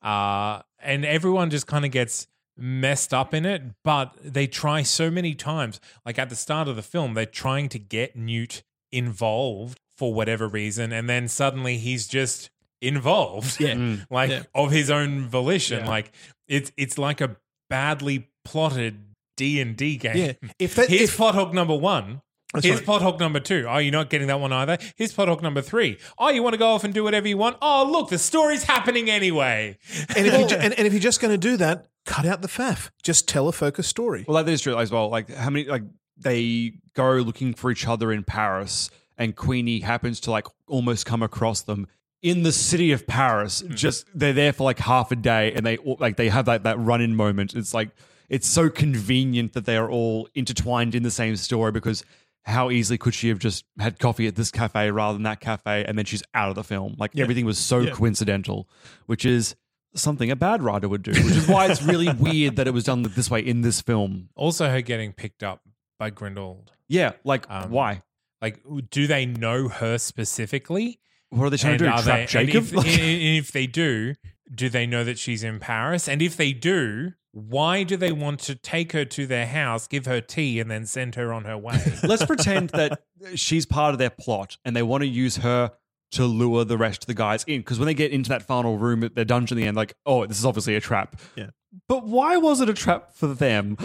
Uh, and everyone just kind of gets messed up in it, but they try so many times. Like at the start of the film, they're trying to get Newt involved for whatever reason, and then suddenly he's just involved. Yeah. Mm. like yeah. of his own volition. Yeah. Like it's it's like a badly plotted D and D game. Yeah. If that here's if, plot hook number one. Here's right. plot hook number two. Oh, you're not getting that one either. Here's plot hook number three. Oh, you want to go off and do whatever you want. Oh, look, the story's happening anyway. And if, you, ju- and, and if you're just going to do that, cut out the faff. Just tell a focused story. Well, that is true as well. Like how many like they go looking for each other in Paris, and Queenie happens to like almost come across them in the city of Paris. Mm. Just they're there for like half a day, and they like they have that that run in moment. It's like it's so convenient that they are all intertwined in the same story because how easily could she have just had coffee at this cafe rather than that cafe and then she's out of the film like yeah. everything was so yeah. coincidental which is something a bad writer would do, which is why it's really weird that it was done this way in this film. Also, her getting picked up by Grindelwald. Yeah, like um, why? Like, do they know her specifically? What are they trying and to do? Trap they, Jacob? And if, like- and if they do, do they know that she's in Paris? And if they do, why do they want to take her to their house, give her tea, and then send her on her way? Let's pretend that she's part of their plot and they want to use her to lure the rest of the guys in. Because when they get into that final room at their dungeon at the end, like, oh, this is obviously a trap. Yeah. But why was it a trap for them?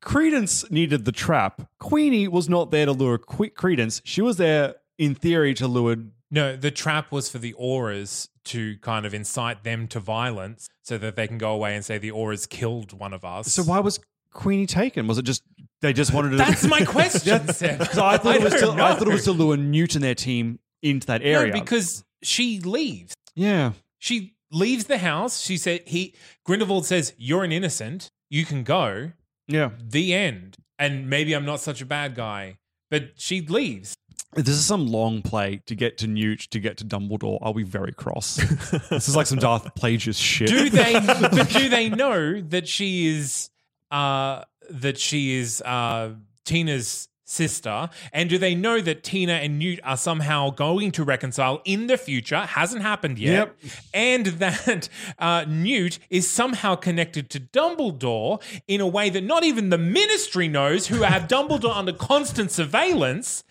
Credence needed the trap. Queenie was not there to lure Qu- Credence. She was there, in theory, to lure. No, the trap was for the auras to kind of incite them to violence so that they can go away and say the auras killed one of us. So why was Queenie taken? Was it just they just wanted to? That's my question. That's, so I thought I it was to, I thought it was to lure Newt and their team into that area. No, because she leaves. Yeah. She leaves the house. She said he Grindelwald says, You're an innocent. You can go. Yeah. The end. And maybe I'm not such a bad guy. But she leaves. If this is some long play to get to Newt, to get to Dumbledore, I'll be very cross. this is like some Darth Plagius shit. Do they but do they know that she is uh that she is uh Tina's sister? And do they know that Tina and Newt are somehow going to reconcile in the future? Hasn't happened yet. Yep. And that uh, Newt is somehow connected to Dumbledore in a way that not even the ministry knows, who have Dumbledore under constant surveillance.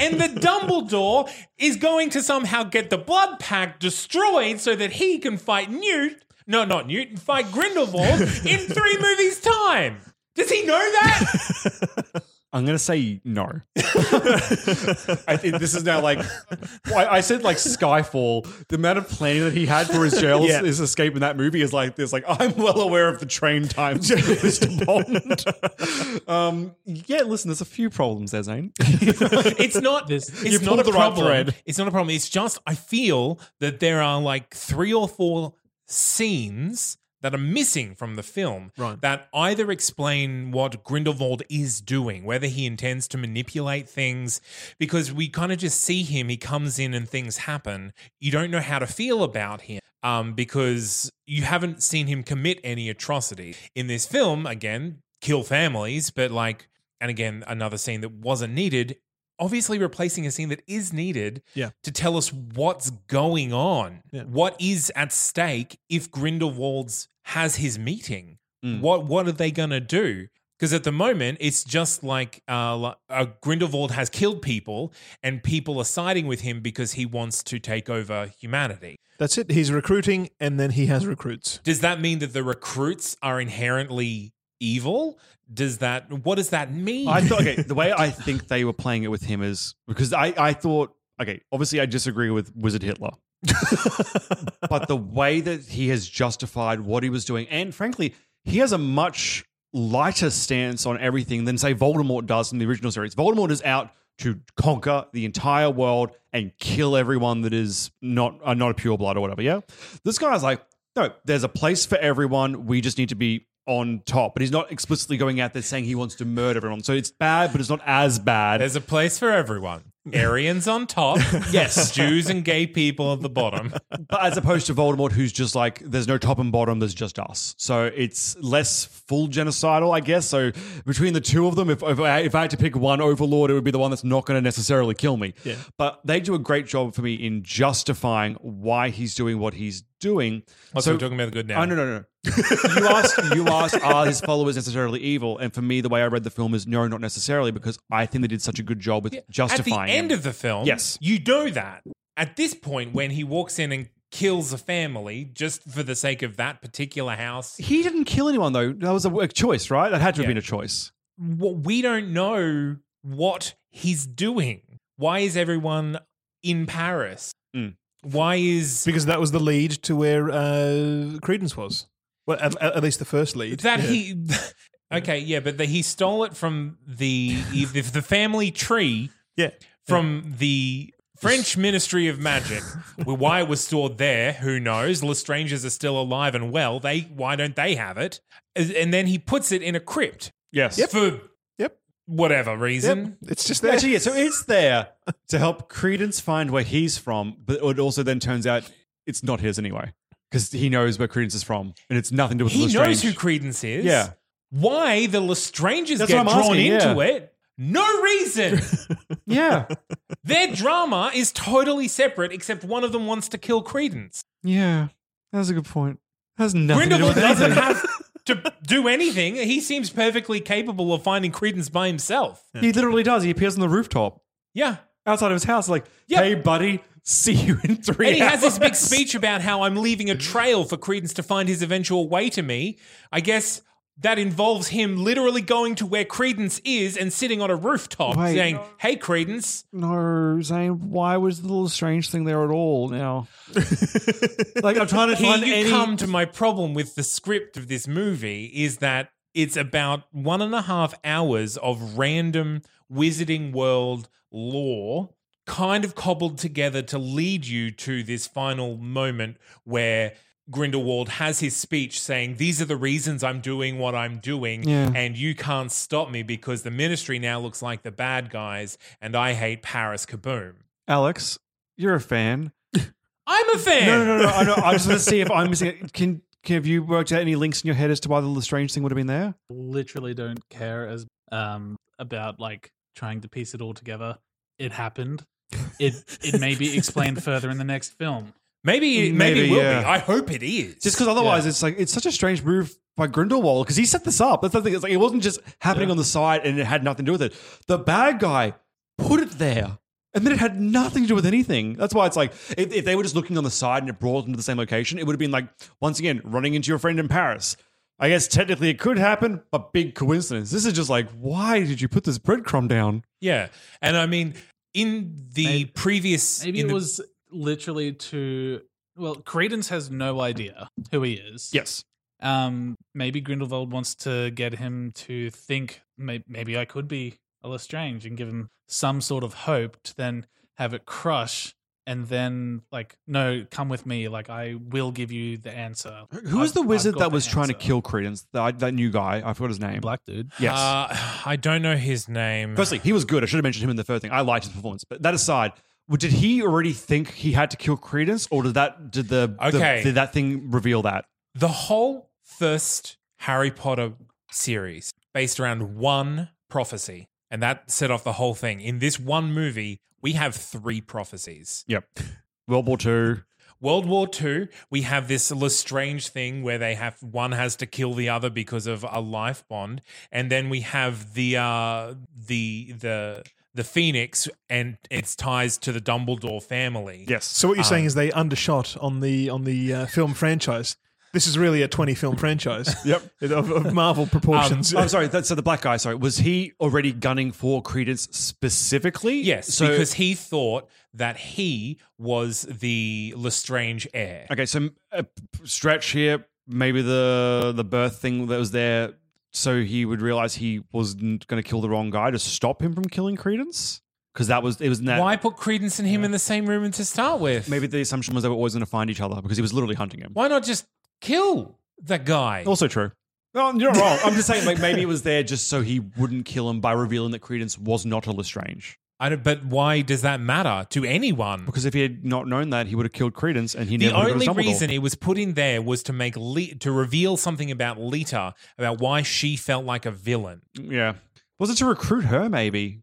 And that Dumbledore is going to somehow get the blood pack destroyed so that he can fight Newt. No, not Newt, fight Grindelwald in three movies' time. Does he know that? I'm gonna say no. I think this is now like I, said like Skyfall. The amount of planning that he had for his jail yeah. his escape in that movie is like this. Like I'm well aware of the train times, Mr. Bond. Um, yeah, listen, there's a few problems there, Zane. it's not. This, it's you not a problem. Right it's not a problem. It's just I feel that there are like three or four scenes that are missing from the film right. that either explain what Grindelwald is doing, whether he intends to manipulate things, because we kind of just see him, he comes in and things happen. You don't know how to feel about him. Um, because you haven't seen him commit any atrocity. In this film, again, kill families, but like, and again, another scene that wasn't needed, obviously replacing a scene that is needed yeah. to tell us what's going on, yeah. what is at stake if Grindelwald's has his meeting. Mm. What what are they gonna do? Because at the moment, it's just like uh, uh, Grindelwald has killed people, and people are siding with him because he wants to take over humanity. That's it. He's recruiting, and then he has recruits. Does that mean that the recruits are inherently evil? Does that what does that mean? I thought okay, the way I think they were playing it with him is because I, I thought okay, obviously I disagree with Wizard Hitler. but the way that he has justified what he was doing, and frankly, he has a much lighter stance on everything than say Voldemort does in the original series. Voldemort is out to conquer the entire world and kill everyone that is not uh, not a pure blood or whatever. Yeah, this guy's like, no, there's a place for everyone. We just need to be on top, but he's not explicitly going out there saying he wants to murder everyone. So it's bad, but it's not as bad. There's a place for everyone. Aryans on top. Yes. Jews and gay people at the bottom. But as opposed to Voldemort, who's just like, there's no top and bottom, there's just us. So it's less full genocidal, I guess. So between the two of them, if, if, I, if I had to pick one overlord, it would be the one that's not going to necessarily kill me. Yeah. But they do a great job for me in justifying why he's doing what he's doing. Oh, so we're talking about the good now. Oh, no, no, no. you asked, you asked, are his followers necessarily evil? And for me, the way I read the film is no, not necessarily, because I think they did such a good job with justifying. At the end of the film, Yes. you know that. At this point, when he walks in and kills a family just for the sake of that particular house, he didn't kill anyone though. That was a, a choice, right? That had to have Yeah. been a choice. wh- we don't know what he's doing. Why is everyone in Paris? Mm. Why is because that was the lead to where uh, Credence was. Well, at, at least the first lead. that Yeah. he? Okay, yeah, but the, he stole it from the e, the the family tree Yeah. from the French Ministry of Magic. Well, why it was stored there, who knows? Lestranges are still alive and well. They why don't they have it? And and then he puts it in a crypt Yes. for Yep. whatever reason. It's just there. Actually, yeah, so it's there to help Credence find where he's from, but it also then turns out it's not his anyway. Because he knows where Credence is from, and it's nothing to do with He Lestrange. knows who Credence is. Yeah. Why the Lestranges That's get what drawn I'm asking, into yeah. it? No reason. Yeah, Their drama is totally separate, except one of them wants to kill Credence. yeah, that's a good point. Has nothing to do Grindelwald with doesn't anything. have to do anything. He seems perfectly capable of finding Credence by himself. He literally does. He appears on the rooftop Yeah. outside of his house, like, Yep. "Hey, buddy, see you in three And he has this big hours." speech about how I'm leaving a trail for Credence to find his eventual way to me. I guess that involves him literally going to where Credence is and sitting on a rooftop Wait. saying, Hey, Credence, No, Zane, why was the little strange thing there at all now? like, I'm trying to Here find you any. come to my problem with the script of this movie is that it's about one and a half hours of random Wizarding World lore, kind of cobbled together to lead you to this final moment where Grindelwald has his speech saying, These are the reasons I'm doing what I'm doing, Yeah. and you can't stop me because the ministry now looks like the bad guys, and I hate Paris Kaboom. Alex, you're a fan. I'm a fan. No, no, no, no. I, know, I just want to see if I'm missing it. Can, can have you worked out any links in your head as to why the Lestrange thing would have been there? literally don't care as um about like trying to piece it all together. It happened. It it may be explained further in the next film. Maybe, maybe, Mm, Maybe, it will be. yeah. I hope it is. Just because otherwise, it's like it's such a strange move by Grindelwald because he set this up. That's the thing. It's like it wasn't just happening on the side and it had nothing to do with it. The bad guy put it there. And then it had nothing to do with anything. That's why it's like if, if they were just looking on the side and it brought them to the same location, it would have been like once again running into your friend in Paris. I guess technically it could happen, but big coincidence. This is just like why did you put this breadcrumb down? Yeah, and I mean, in the Maybe- previous, Maybe in it the- was literally to well, Credence has no idea who he is. Yes, Um, maybe Grindelwald wants to get him to think maybe, maybe I could be a Lestrange and give him some sort of hope to then have it crush and then like no, come with me. Like I will give you the answer. who was I've- the I've wizard got that the was trying to answer. kill Credence? That, that new guy, I forgot his name. black dude? Yes, uh, I don't know his name. Firstly, he was good. I should have mentioned him in the first thing. I liked his performance. But that aside, w- did he already think he had to kill Credence, or did that did the, the- Okay. did that thing reveal that? The whole first Harry Potter series based around one prophecy, and that set off the whole thing. In this one movie, we have three prophecies. Yep. World War Two. World War II, we have this Lestrange thing where they have one has to kill the other because of a life bond, and then we have the uh, the the the Phoenix and its ties to the Dumbledore family. Yes. So what you're saying is they undershot on the on the uh, film franchise. This is really a 20 film franchise. Yep. Um, Of, of Um, Marvel proportions. I'm sorry. That, so the black guy. Sorry, was he already gunning for Credence specifically? Yes, So because he thought that he was the Lestrange heir. okay. So uh, stretch here. Maybe the the birth thing that was there. So he would realize he wasn't going to kill the wrong guy to stop him from killing Credence. Because that was it was in that. Why put Credence and him in the same room to start with? Maybe the assumption was they were always going to find each other because he was literally hunting him. Why not just kill that guy? Also true. No, you're wrong. I'm just saying, like maybe it was there just so he wouldn't kill him by revealing that Credence was not a Lestrange. I don't, but why does that matter to anyone? Because if he had not known that, he would have killed Credence, and he the never. would only have reason it was put in there was to make Le- to reveal something about Lita about why she felt like a villain. Yeah, was it to recruit her? Maybe.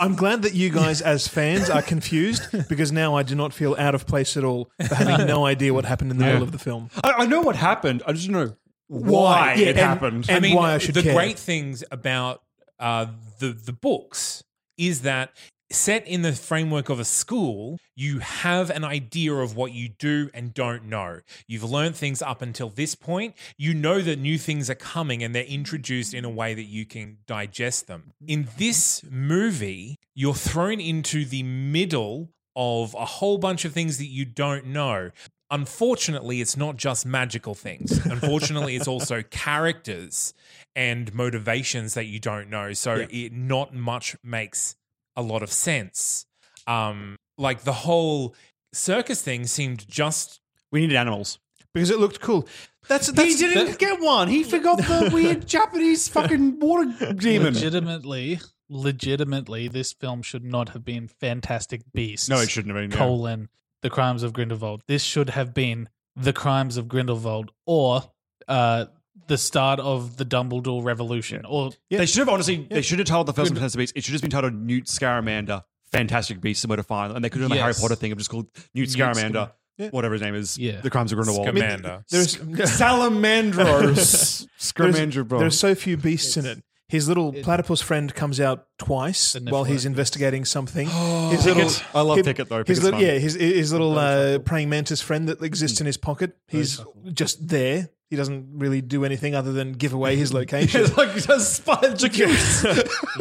I'm glad that you guys, as fans, are confused because now I do not feel out of place at all for having no idea what happened in the middle of the film. I, I know what happened. I just know why, Yeah, it and- happened. and I mean, why I should the care. great things about uh, the the books is that set in the framework of a school, you have an idea of what you do and don't know. You've learned things up until this point. You know that new things are coming and they're introduced in a way that you can digest them. In this movie, you're thrown into the middle of a whole bunch of things that you don't know unfortunately, it's not just magical things. Unfortunately, it's also characters and motivations that you don't know. So it not much makes a lot of sense. Um, like the whole circus thing seemed just. we needed animals. because it looked cool. That's, that's he didn't get one. He forgot the weird Japanese fucking water demon. Legitimately, legitimately, this film should not have been Fantastic Beasts. No, it shouldn't have been, yeah. Colon, The Crimes of Grindelwald. This should have been The Crimes of Grindelwald or uh, the start of the Dumbledore Revolution. Or They should have honestly. They should have titled the first one Fantastic Beasts. It should have just been titled Newt Scaramander, Fantastic Beasts, and where to find them. And they could have done the Harry Yes. Potter thing of just called Newt Newt Scam- Scamander, Yeah. whatever his name is. Yeah. The Crimes of Grindelwald. Scamander. There's Salamandros. Scamander, there's, bro. there's so few beasts in it. His little platypus friend comes out twice while he's investigating something. his little, Pickett. I love Pickett, though. His Pickett's little, fun. yeah, his, his little uh, praying mantis friend that exists in his pocket. He's just there. He doesn't really do anything other than give away his location. It's like a spider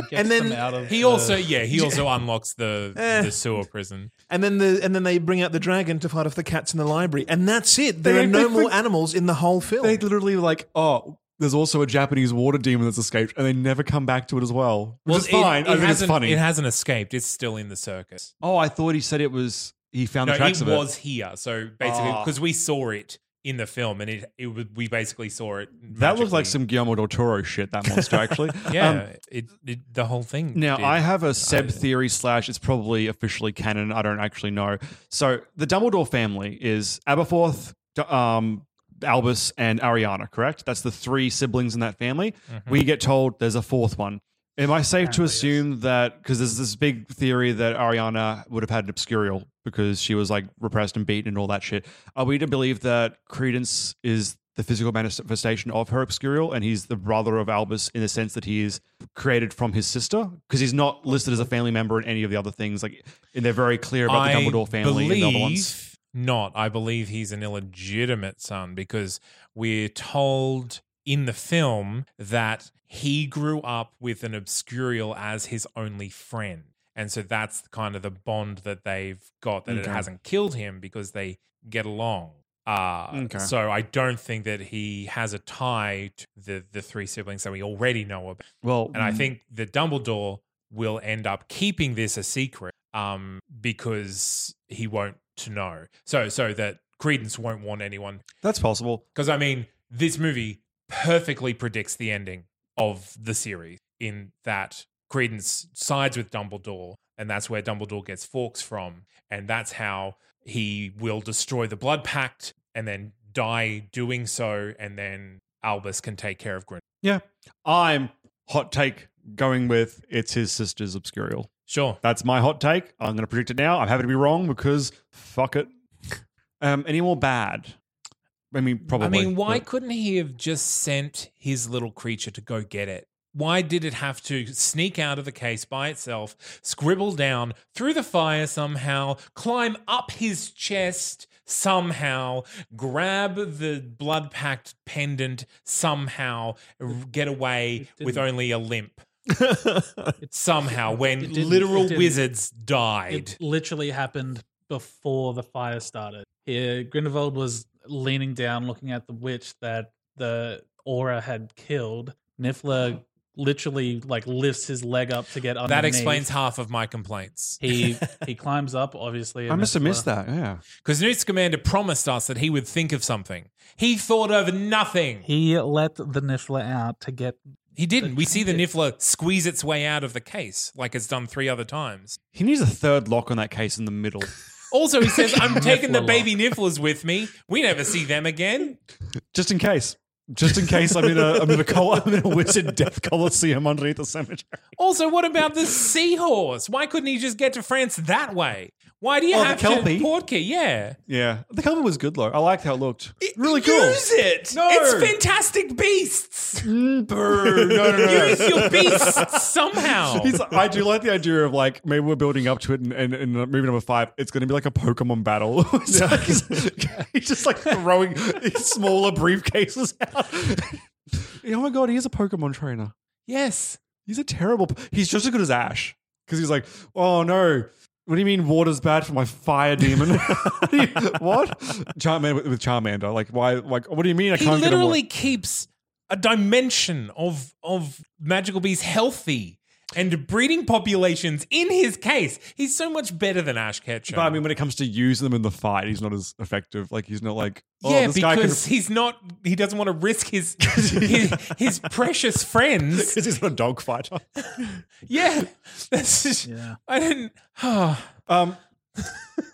and then He also, yeah, he also unlocks the Eh. the sewer prison. and then the and then they bring out the dragon to fight off the cats in the library, and that's it. There They- are no they- more animals in the whole film. They literally like, oh, there's also a Japanese water demon that's escaped, and they never come back to it as well. Which is it- fine. It, I mean, it's hasn't, funny. it hasn't escaped. It's still in the circus. oh, I thought he said it was. He found No, the tracks it of it. was here. So basically, Ah. because we saw it in the film, and it, it was- we basically saw it. That looked like some magically. Guillermo del Toro shit. That monster actually. Yeah, Um, it, it, the whole thing. Now, did. I have a Seb I- theory slash. It's probably officially canon. I don't actually know. So the Dumbledore family is Aberforth, D- um, Albus, and Ariana. Correct? That's the three siblings in that family. We get told there's a fourth one. Am I safe to assume that because there's this big theory that Ariana would have had an obscurial because she was like repressed and beaten and all that shit? Are we to believe that Credence is the physical manifestation of her obscurial and he's the brother of Albus in the sense that he is created from his sister? Because he's not listed as a family member in any of the other things. Like, and they're very clear about the Dumbledore family and the other ones. believe Not, I believe he's an illegitimate son because we're told in the film that he grew up with an obscurial as his only friend. And so that's kind of the bond that they've got that it Okay. hasn't killed him because they get along. Uh, Okay. So I don't think that he has a tie to the, the three siblings that we already know about. Well, mm, And I think that Dumbledore will end up keeping this a secret um, because he won't to know. So so that Credence won't want anyone. that's possible. Because I mean, this movie perfectly predicts the ending of the series in that Credence sides with Dumbledore, and that's where Dumbledore gets forks from, and that's how he will destroy the Blood Pact and then die doing so, and then Albus can take care of Grin. Yeah. I'm hot take going with it's his sister's obscurial. Sure. That's my hot take. I'm going to predict it now. I'm happy to be wrong because fuck it. Um, any more bad? I mean, probably. I mean, why but- couldn't he have just sent his little creature to go get it? Why did it have to sneak out of the case by itself, scribble down through the fire somehow, climb up his chest somehow, grab the blood pact pendant somehow, r- get away with only a limp? somehow, when didn't- it literal didn't. wizards died. It literally happened before the fire started. Here, Grindelwald was leaning down, looking at the witch that the aura had killed. Niffler literally like lifts his leg up to get underneath. that explains half of my complaints. He he climbs up, obviously. I and must have Niffler- missed that. Yeah. Because Newt Scamander promised us that he would think of something. He thought of nothing. He let the Niffler out to get He didn't. We see the Niffler squeeze its way out of the case like it's done three other times. He needs a third lock on that case in the middle. Also, he says, I'm taking the baby nifflers with me. We never see them again. Just in case. Just in case I'm in a I'm in a, col- I'm in a wizard death coliseum underneath the cemetery. Also, what about the seahorse? Why couldn't he just get to France that way? Why do you Oh, the have Kelpie? to port key? Yeah. Yeah, the cover was good though. I liked how it looked. really cool. Use it. No. It's Fantastic Beasts. Boo. No, no, no. Use your beasts somehow. He's- I do like the idea of like maybe we're building up to it, and, and, and movie number five, it's going to be like a Pokemon battle. It's like he's, he's just like throwing these smaller briefcases out. oh my god, he is a Pokemon trainer. Yes. He's a terrible. He's just as good as Ash because he's like, oh no. What do you mean water's bad for my fire demon? What do you- what? Charmander with, with Charmander. Like why? Like what do you mean I He can't get a literally water? keeps a dimension of of magical bees healthy and breeding populations in his case. He's so much better than Ash Ketchum. But I mean, when it comes to using them in the fight, he's not as effective. Like he's not like oh, yeah, this guy could because he's not. He doesn't want to risk his his, his precious friends. Because he's not a dog fighter. Yeah, that's just, Yeah. I didn't. um,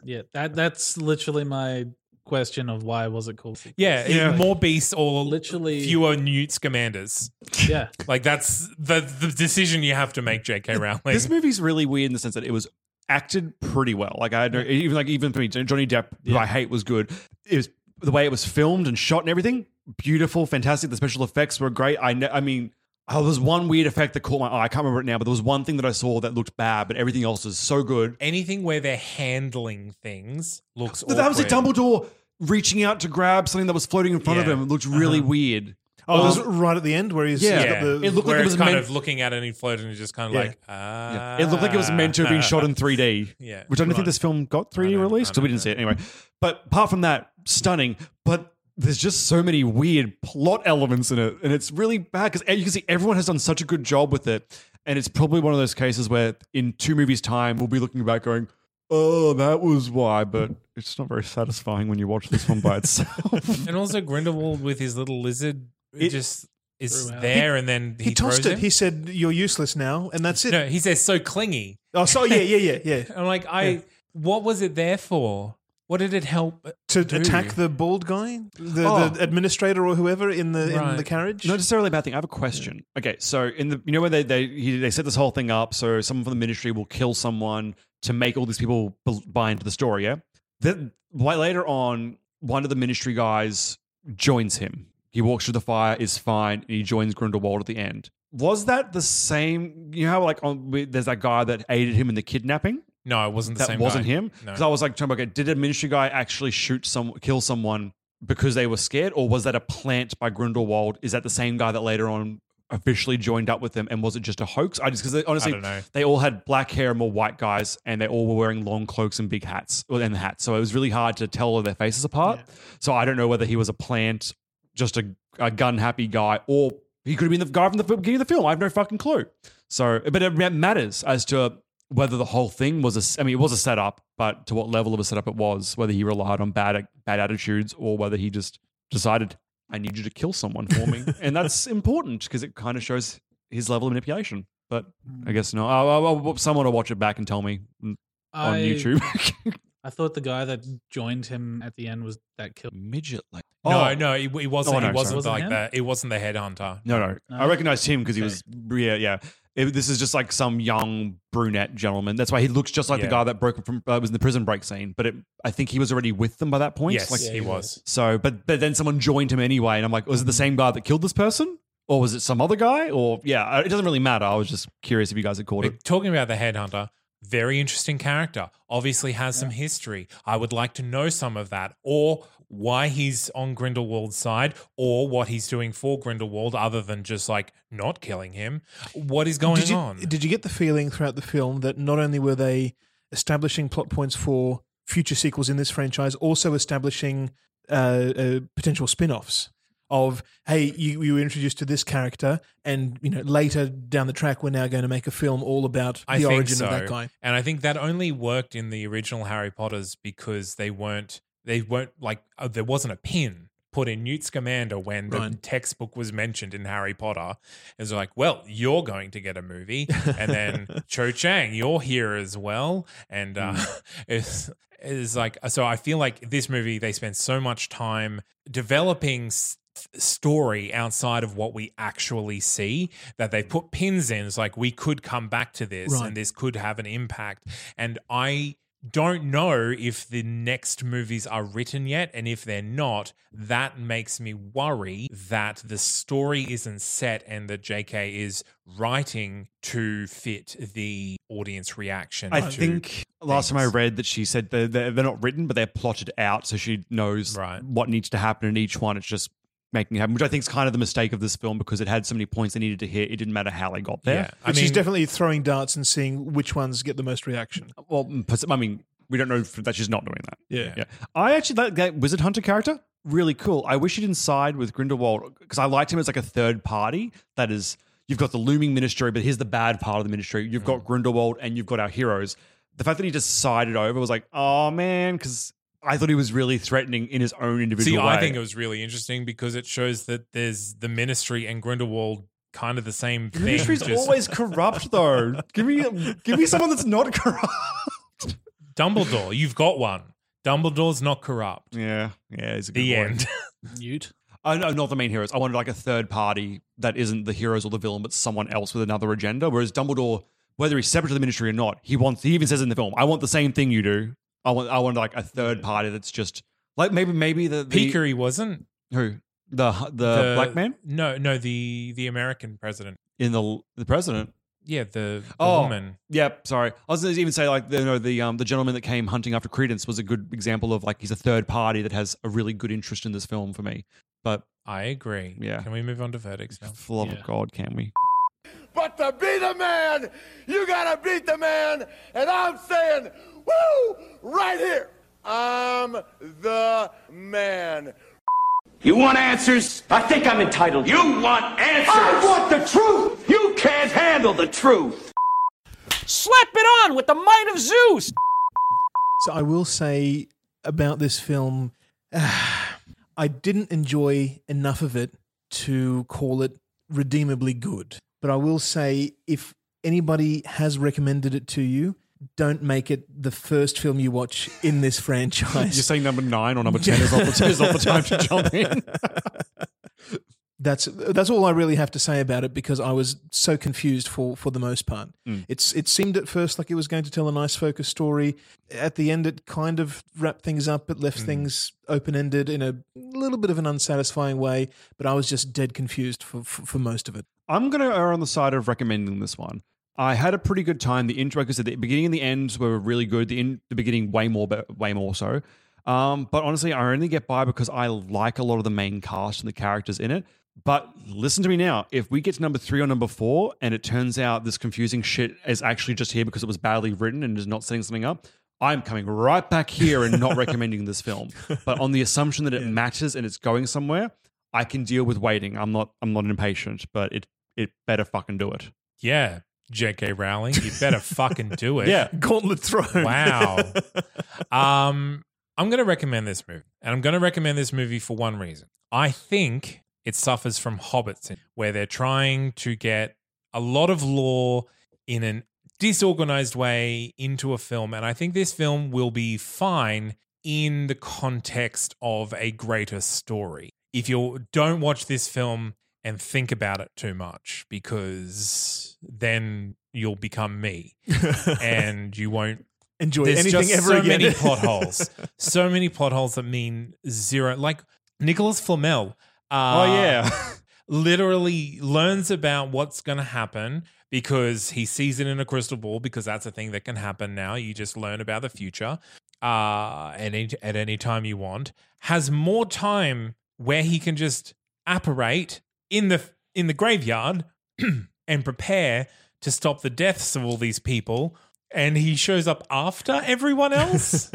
Yeah, that that's literally my question of why was it called? Secret yeah, Service? Like, more beasts or literally. fewer Newt's commanders. Yeah, Like that's the the decision you have to make, J.K. Rowling. This movie's really weird in the sense that it was acted pretty well. Like I know, even like even for me, Johnny Depp, who I hate, was good. It was the way it was filmed and shot and everything. Beautiful, fantastic. The special effects were great. I ne- I mean, oh, there was one weird effect that caught my eye. I can't remember it now, but there was one thing that I saw that looked bad, but everything else is so good. Anything where they're handling things looks. That was like awkward. Dumbledore reaching out to grab something that was floating in front of Yeah. him. It looked really Uh-huh. weird. Oh, Um, it was right at the end where he's, yeah. he's got the. It looked Where like it it's was kind meant- of looking at it and he floated and just kind of like, ah. It looked like it was meant to have been shot in 3D. Yeah, Which I don't right. think this film got 3D release because we didn't see it anyway. But apart from that, stunning. But there's just so many weird plot elements in it. And it's really bad because you can see everyone has done such a good job with it. And it's probably one of those cases where in two movies' time, we'll be looking back going, oh, that was why. But it's not very satisfying when you watch this one by itself. And also Grindelwald with his little lizard it just is there and then he, He, tossed throws it. He said, "You're useless now," and that's it. no, he says so clingy. Oh, so yeah, yeah, yeah, yeah. I'm like, I what was it there for? What did it help To do? attack the bald guy, the, Oh. the administrator or whoever in the in Right. the carriage. Not necessarily a bad thing. I have a question. Okay, so in the you know where they they he- they set this whole thing up, so someone from the ministry will kill someone to make all these people bel- buy into the story. Yeah. Then why later on, one of the ministry guys joins him. He walks through the fire, is fine, and he joins Grindelwald at the end. Was that the same? You know, how, like on, we- there's that guy that aided him in the kidnapping. No, it wasn't the That same wasn't guy. him. No. Because I was like, trying to okay, did a ministry guy actually shoot some, kill someone because they were scared, or was that a plant by Grindelwald? Is that the same guy that later on officially joined up with them, and was it just a hoax? I just because honestly, I don't know. they all had black hair and were white guys, and they all were wearing long cloaks and big hats well, and hats, so it was really hard to tell their faces apart. So I don't know whether he was a plant, just a, a gun happy guy, or he could have been the guy from the beginning of the film. I have no fucking clue. So, but it matters as to whether the whole thing was a, I mean, it was a setup, but to what level of a setup it was, whether he relied on bad, bad attitudes or whether he just decided, I need you to kill someone for me. and that's important because it kind of shows his level of manipulation. But I guess no. I, I, someone will watch it back and tell me mm, on I- YouTube. I thought the guy that joined him at the end was that killed Midget like No, Oh. no, it, it wasn't. Oh, no, it wasn't sorry. Wasn't like him? that. It wasn't the headhunter. No, no. I recognized him because he was, yeah, yeah. It- this is just like some young brunette gentleman. That's why he looks just like the Yeah. guy that broke from, uh, was in the prison break scene. But it, I think he was already with them by that point. Yes, Like- he was. So, but but then someone joined him anyway, and I'm like, was it the same guy that killed this person, or was it some other guy, or yeah, I- it doesn't really matter. I was just curious if you guys had caught We're it. talking about the headhunter. Very interesting character. Obviously has some history. I would like to know some of that, or why he's on Grindelwald's side, or what he's doing for Grindelwald, other than just like not killing him. What is going did you, on? Did you get the feeling throughout the film that not only were they establishing plot points for future sequels in this franchise, also establishing uh, uh, potential spin-offs of hey, you, you were introduced to this character, and you know later down the track, we're now going to make a film all about the origin of that guy. And I think that only worked in the original Harry Potters because they weren't they weren't like uh, there wasn't a pin. put in Newt Scamander when the Right. textbook was mentioned in Harry Potter. It's like, well, you're going to get a movie, and then Cho Chang, you're here as well, and uh, Hmm. it's. Is like uh, so. I feel like this movie they spent so much time developing s- story outside of what we actually see that they put pins in. It's like we could come back to this, Right. and this could have an impact. And I don't know if the next movies are written yet, and if they're not, that makes me worry that the story isn't set and that JK is writing to fit the audience reaction. I to- think last time I read that she said they're, they're, they're not written, but they're plotted out. So she knows Right. what needs to happen in each one. It's just making it happen, which I think is kind of the mistake of this film because it had so many points they needed to hit. It didn't matter how they got there. I But she's mean- definitely throwing darts and seeing which ones get the most reaction. Well, pers- I mean, we don't know if that she's not doing that. Yeah. Yeah. I actually, that, that Wizard Hunter character, really cool. I wish he didn't side with Grindelwald because I liked him as like a third party. That is, you've got the looming ministry, but here's the bad part of the ministry. You've Mm. got Grindelwald and you've got our heroes. The fact that he just sided over was like, oh man, because I thought he was really threatening in his own See, individual way. I think it was really interesting because it shows that there's the ministry and Grindelwald kind of the same the thing. ministry's just- always corrupt though. give me, give me someone that's not corrupt. Dumbledore, you've got one. Dumbledore's not corrupt. Yeah, yeah, it's a good The point. end. Newt. Oh, no, not the main heroes. I wanted like a third party that isn't the heroes or the villain, but someone else with another agenda. Whereas Dumbledore, whether he's separate to the Ministry or not, he wants. He even says in the film, "I want the same thing you do. I want. I want like a third party that's just like maybe maybe the, the Peekery wasn't who the, the black man No, no, the the American president. in the the president. Yeah, the, the Oh, woman. Yep. Sorry, I was gonna even say like the, you know the um the gentleman that came hunting after Credence was a good example of like he's a third party that has a really good interest in this film for me. But I agree. Yeah. Can we move on to verdicts now? for the love of God, can we? But to be the man, you gotta beat the man. And I'm saying, woo, right here. I'm the man. You want answers? I think I'm entitled. You want answers? I want the truth. You can't handle the truth. Slap it on with the might of Zeus. So I will say about this film, I didn't enjoy enough of it to call it redeemably good. But I will say if anybody has recommended it to you, don't make it the first film you watch in this franchise. You're saying number nine or number ten is not the, is not the time to jump in. That's that's all I really have to say about it because I was so confused for for the most part. It's it seemed at first like it was going to tell a nice focused story. At the end, it kind of wrapped things up, but Mm. left things open ended in a little bit of an unsatisfying way. But I was just dead confused for for, for most of it. I'm going to err on the side of recommending this one. I had a pretty good time. The intro, like I said, the beginning and the end were really good. The in the beginning, way more, be- way more so. Um, but honestly, I only get by because I like a lot of the main cast and the characters in it. But listen to me now. If we get to number three or number four, and it turns out this confusing shit is actually just here because it was badly written and is not setting something up, I'm coming right back here and not recommending this film. But on the assumption that it matters and it's going somewhere, I can deal with waiting. I'm not. I'm not impatient. But it it better fucking do it. Yeah, J.K. Rowling, you better fucking do it. Yeah. Gauntlet Throne. Wow. um, I'm going to recommend this movie, and I'm going to recommend this movie for one reason. I think it suffers from Hobbits, where they're trying to get a lot of lore in an disorganized way into a film, and I think this film will be fine in the context of a greater story. If you don't watch this film and think about it too much, because then you'll become me and you won't Enjoy there's anything just ever so again. many plot holes. so many plot holes that mean zero. Like Nicholas Flamel. Uh, Oh, yeah. literally learns about what's going to happen because he sees it in a crystal ball because that's a thing that can happen now. You just learn about the future uh, at, any, at any time you want. Has more time where he can just apparate in the in the graveyard and prepare to stop the deaths of all these people. And he shows up after everyone else.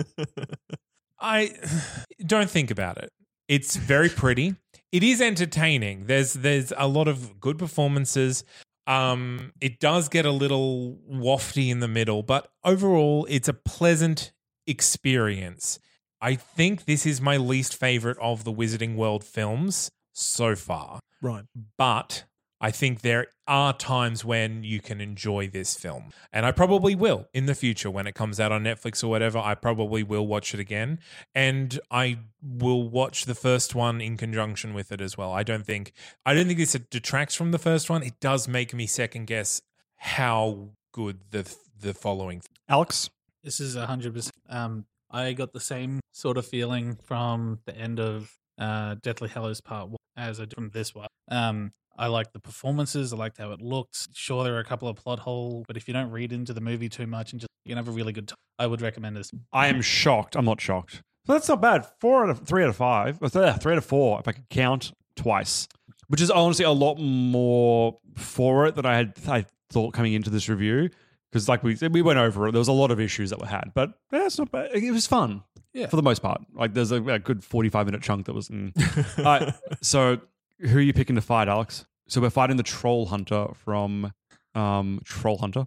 I don't think about it. It's very pretty. It is entertaining. There's there's a lot of good performances. Um, it does get a little wafty in the middle, but overall, it's a pleasant experience. I think this is my least favorite of the Wizarding World films so far. Right. But I think there are times when you can enjoy this film. And I probably will in the future when it comes out on Netflix or whatever. I probably will watch it again. And I will watch the first one in conjunction with it as well. I don't think I don't think this detracts from the first one. It does make me second guess how good the the following. Alex, this is 100% um I got the same sort of feeling from the end of uh, Deathly Hallows Part One as I did from this one. Um, I liked the performances. I liked how it looked. Sure, there are a couple of plot holes, but if you don't read into the movie too much and just you can have a really good time, I would recommend this. I am shocked. I'm not shocked. So that's not bad. Four out of three out of five. Or th- three out of four, if I could count twice, which is honestly a lot more for it than I had I thought coming into this review because like we we went over it. There was a lot of issues that were had, but yeah, it's not bad. It was fun, yeah, for the most part. Like there's a, a good forty five minute chunk that was. Mm. right, so who are you picking to fight, Alex? So we're fighting the troll hunter from um, Troll Hunter.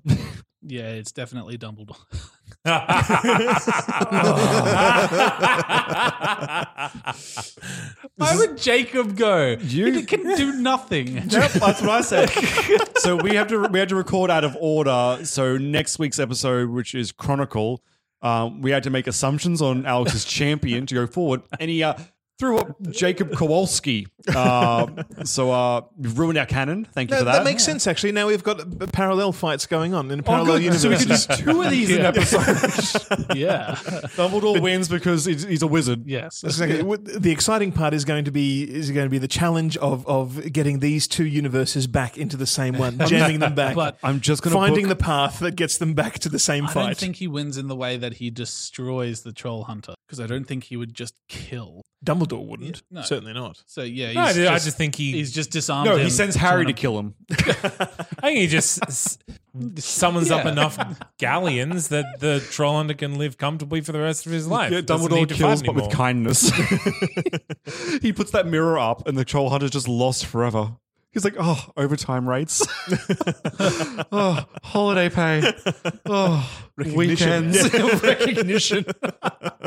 yeah, it's definitely Dumbledore. Why would Jacob go? You it can do nothing. Yep, that's what I said. so we have to we had to record out of order. So next week's episode, which is Chronicle, um, we had to make assumptions on Alex's champion to go forward, and he uh, threw up Jacob Kowalski. Uh, so uh, you've ruined our canon. Thank you No, for that. that makes sense, actually. Now we've got uh, parallel fights going on Oh, in parallel So we could universes. just two of these in an episode. yeah. Dumbledore wins because he's, he's a wizard. Yes. That's exactly- what- The exciting part is going to be is going to be the challenge of of getting these two universes back into the same one, jamming them back. But- I'm just gonna finding book- the path that gets them back to the same I fight. don't think he wins in the way that he destroys the troll hunter because I don't think he would just kill. Dumbledore wouldn't. No. Certainly not. So yeah, he's No, I, just, I just think he. he's just disarmed. No, he him sends Harry to an- kill him. I think he just s- summons up Yeah. enough galleons that the troll hunter can live comfortably for the rest of his life. Yeah, Doesn't Dumbledore need to kills, fight but with anymore. kindness. he puts that mirror up, and the troll hunter's just lost forever. He's like, oh, overtime rates, oh, holiday pay, oh, weekends, recognition.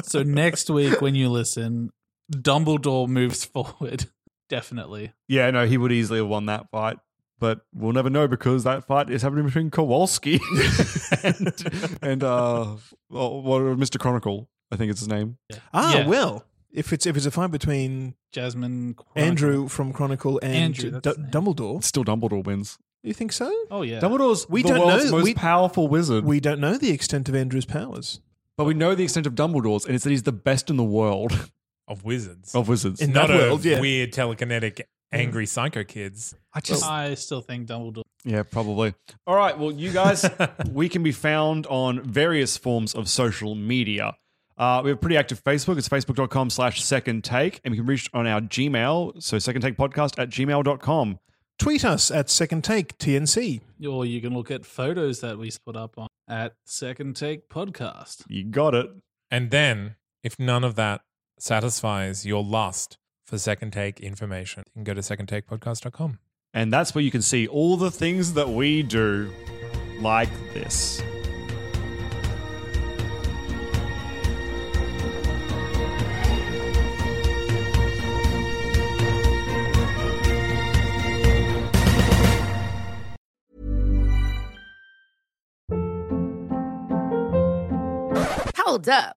So next week when you listen, Dumbledore moves forward. Definitely. Yeah, no, he would easily have won that fight, but we'll never know because that fight is happening between Kowalski and, and uh, oh, what, Mr. Chronicle, I think it's his name. Ah, Yeah. well, if it's if it's a fight between Jasmine Chronicle. Andrew from Chronicle and Andrew, that's Du- his name. Dumbledore, Still, Dumbledore wins. you think so? Oh yeah. Dumbledore's We the don't world's know- most we- powerful wizard. We don't know the extent of Andrew's powers. But we know the extent of Dumbledore's, and it's that he's the best in the world of wizards, of wizards. In not that of world, yeah. weird telekinetic angry psycho kids. I just, I still think Dumbledore. yeah, probably. All right, well, you guys, we can be found on various forms of social media. Uh, we have pretty active Facebook. It's facebook.com slash second take. And we can reach on our Gmail. So second take podcast at gmail.com. Tweet us at Second Take TNC. Or you can look at photos that we put up on at Second Take Podcast. You got it. And then, if none of that satisfies your lust for second take information, you can go to secondtakepodcast.com. And that's where you can see all the things that we do like this. Hold up.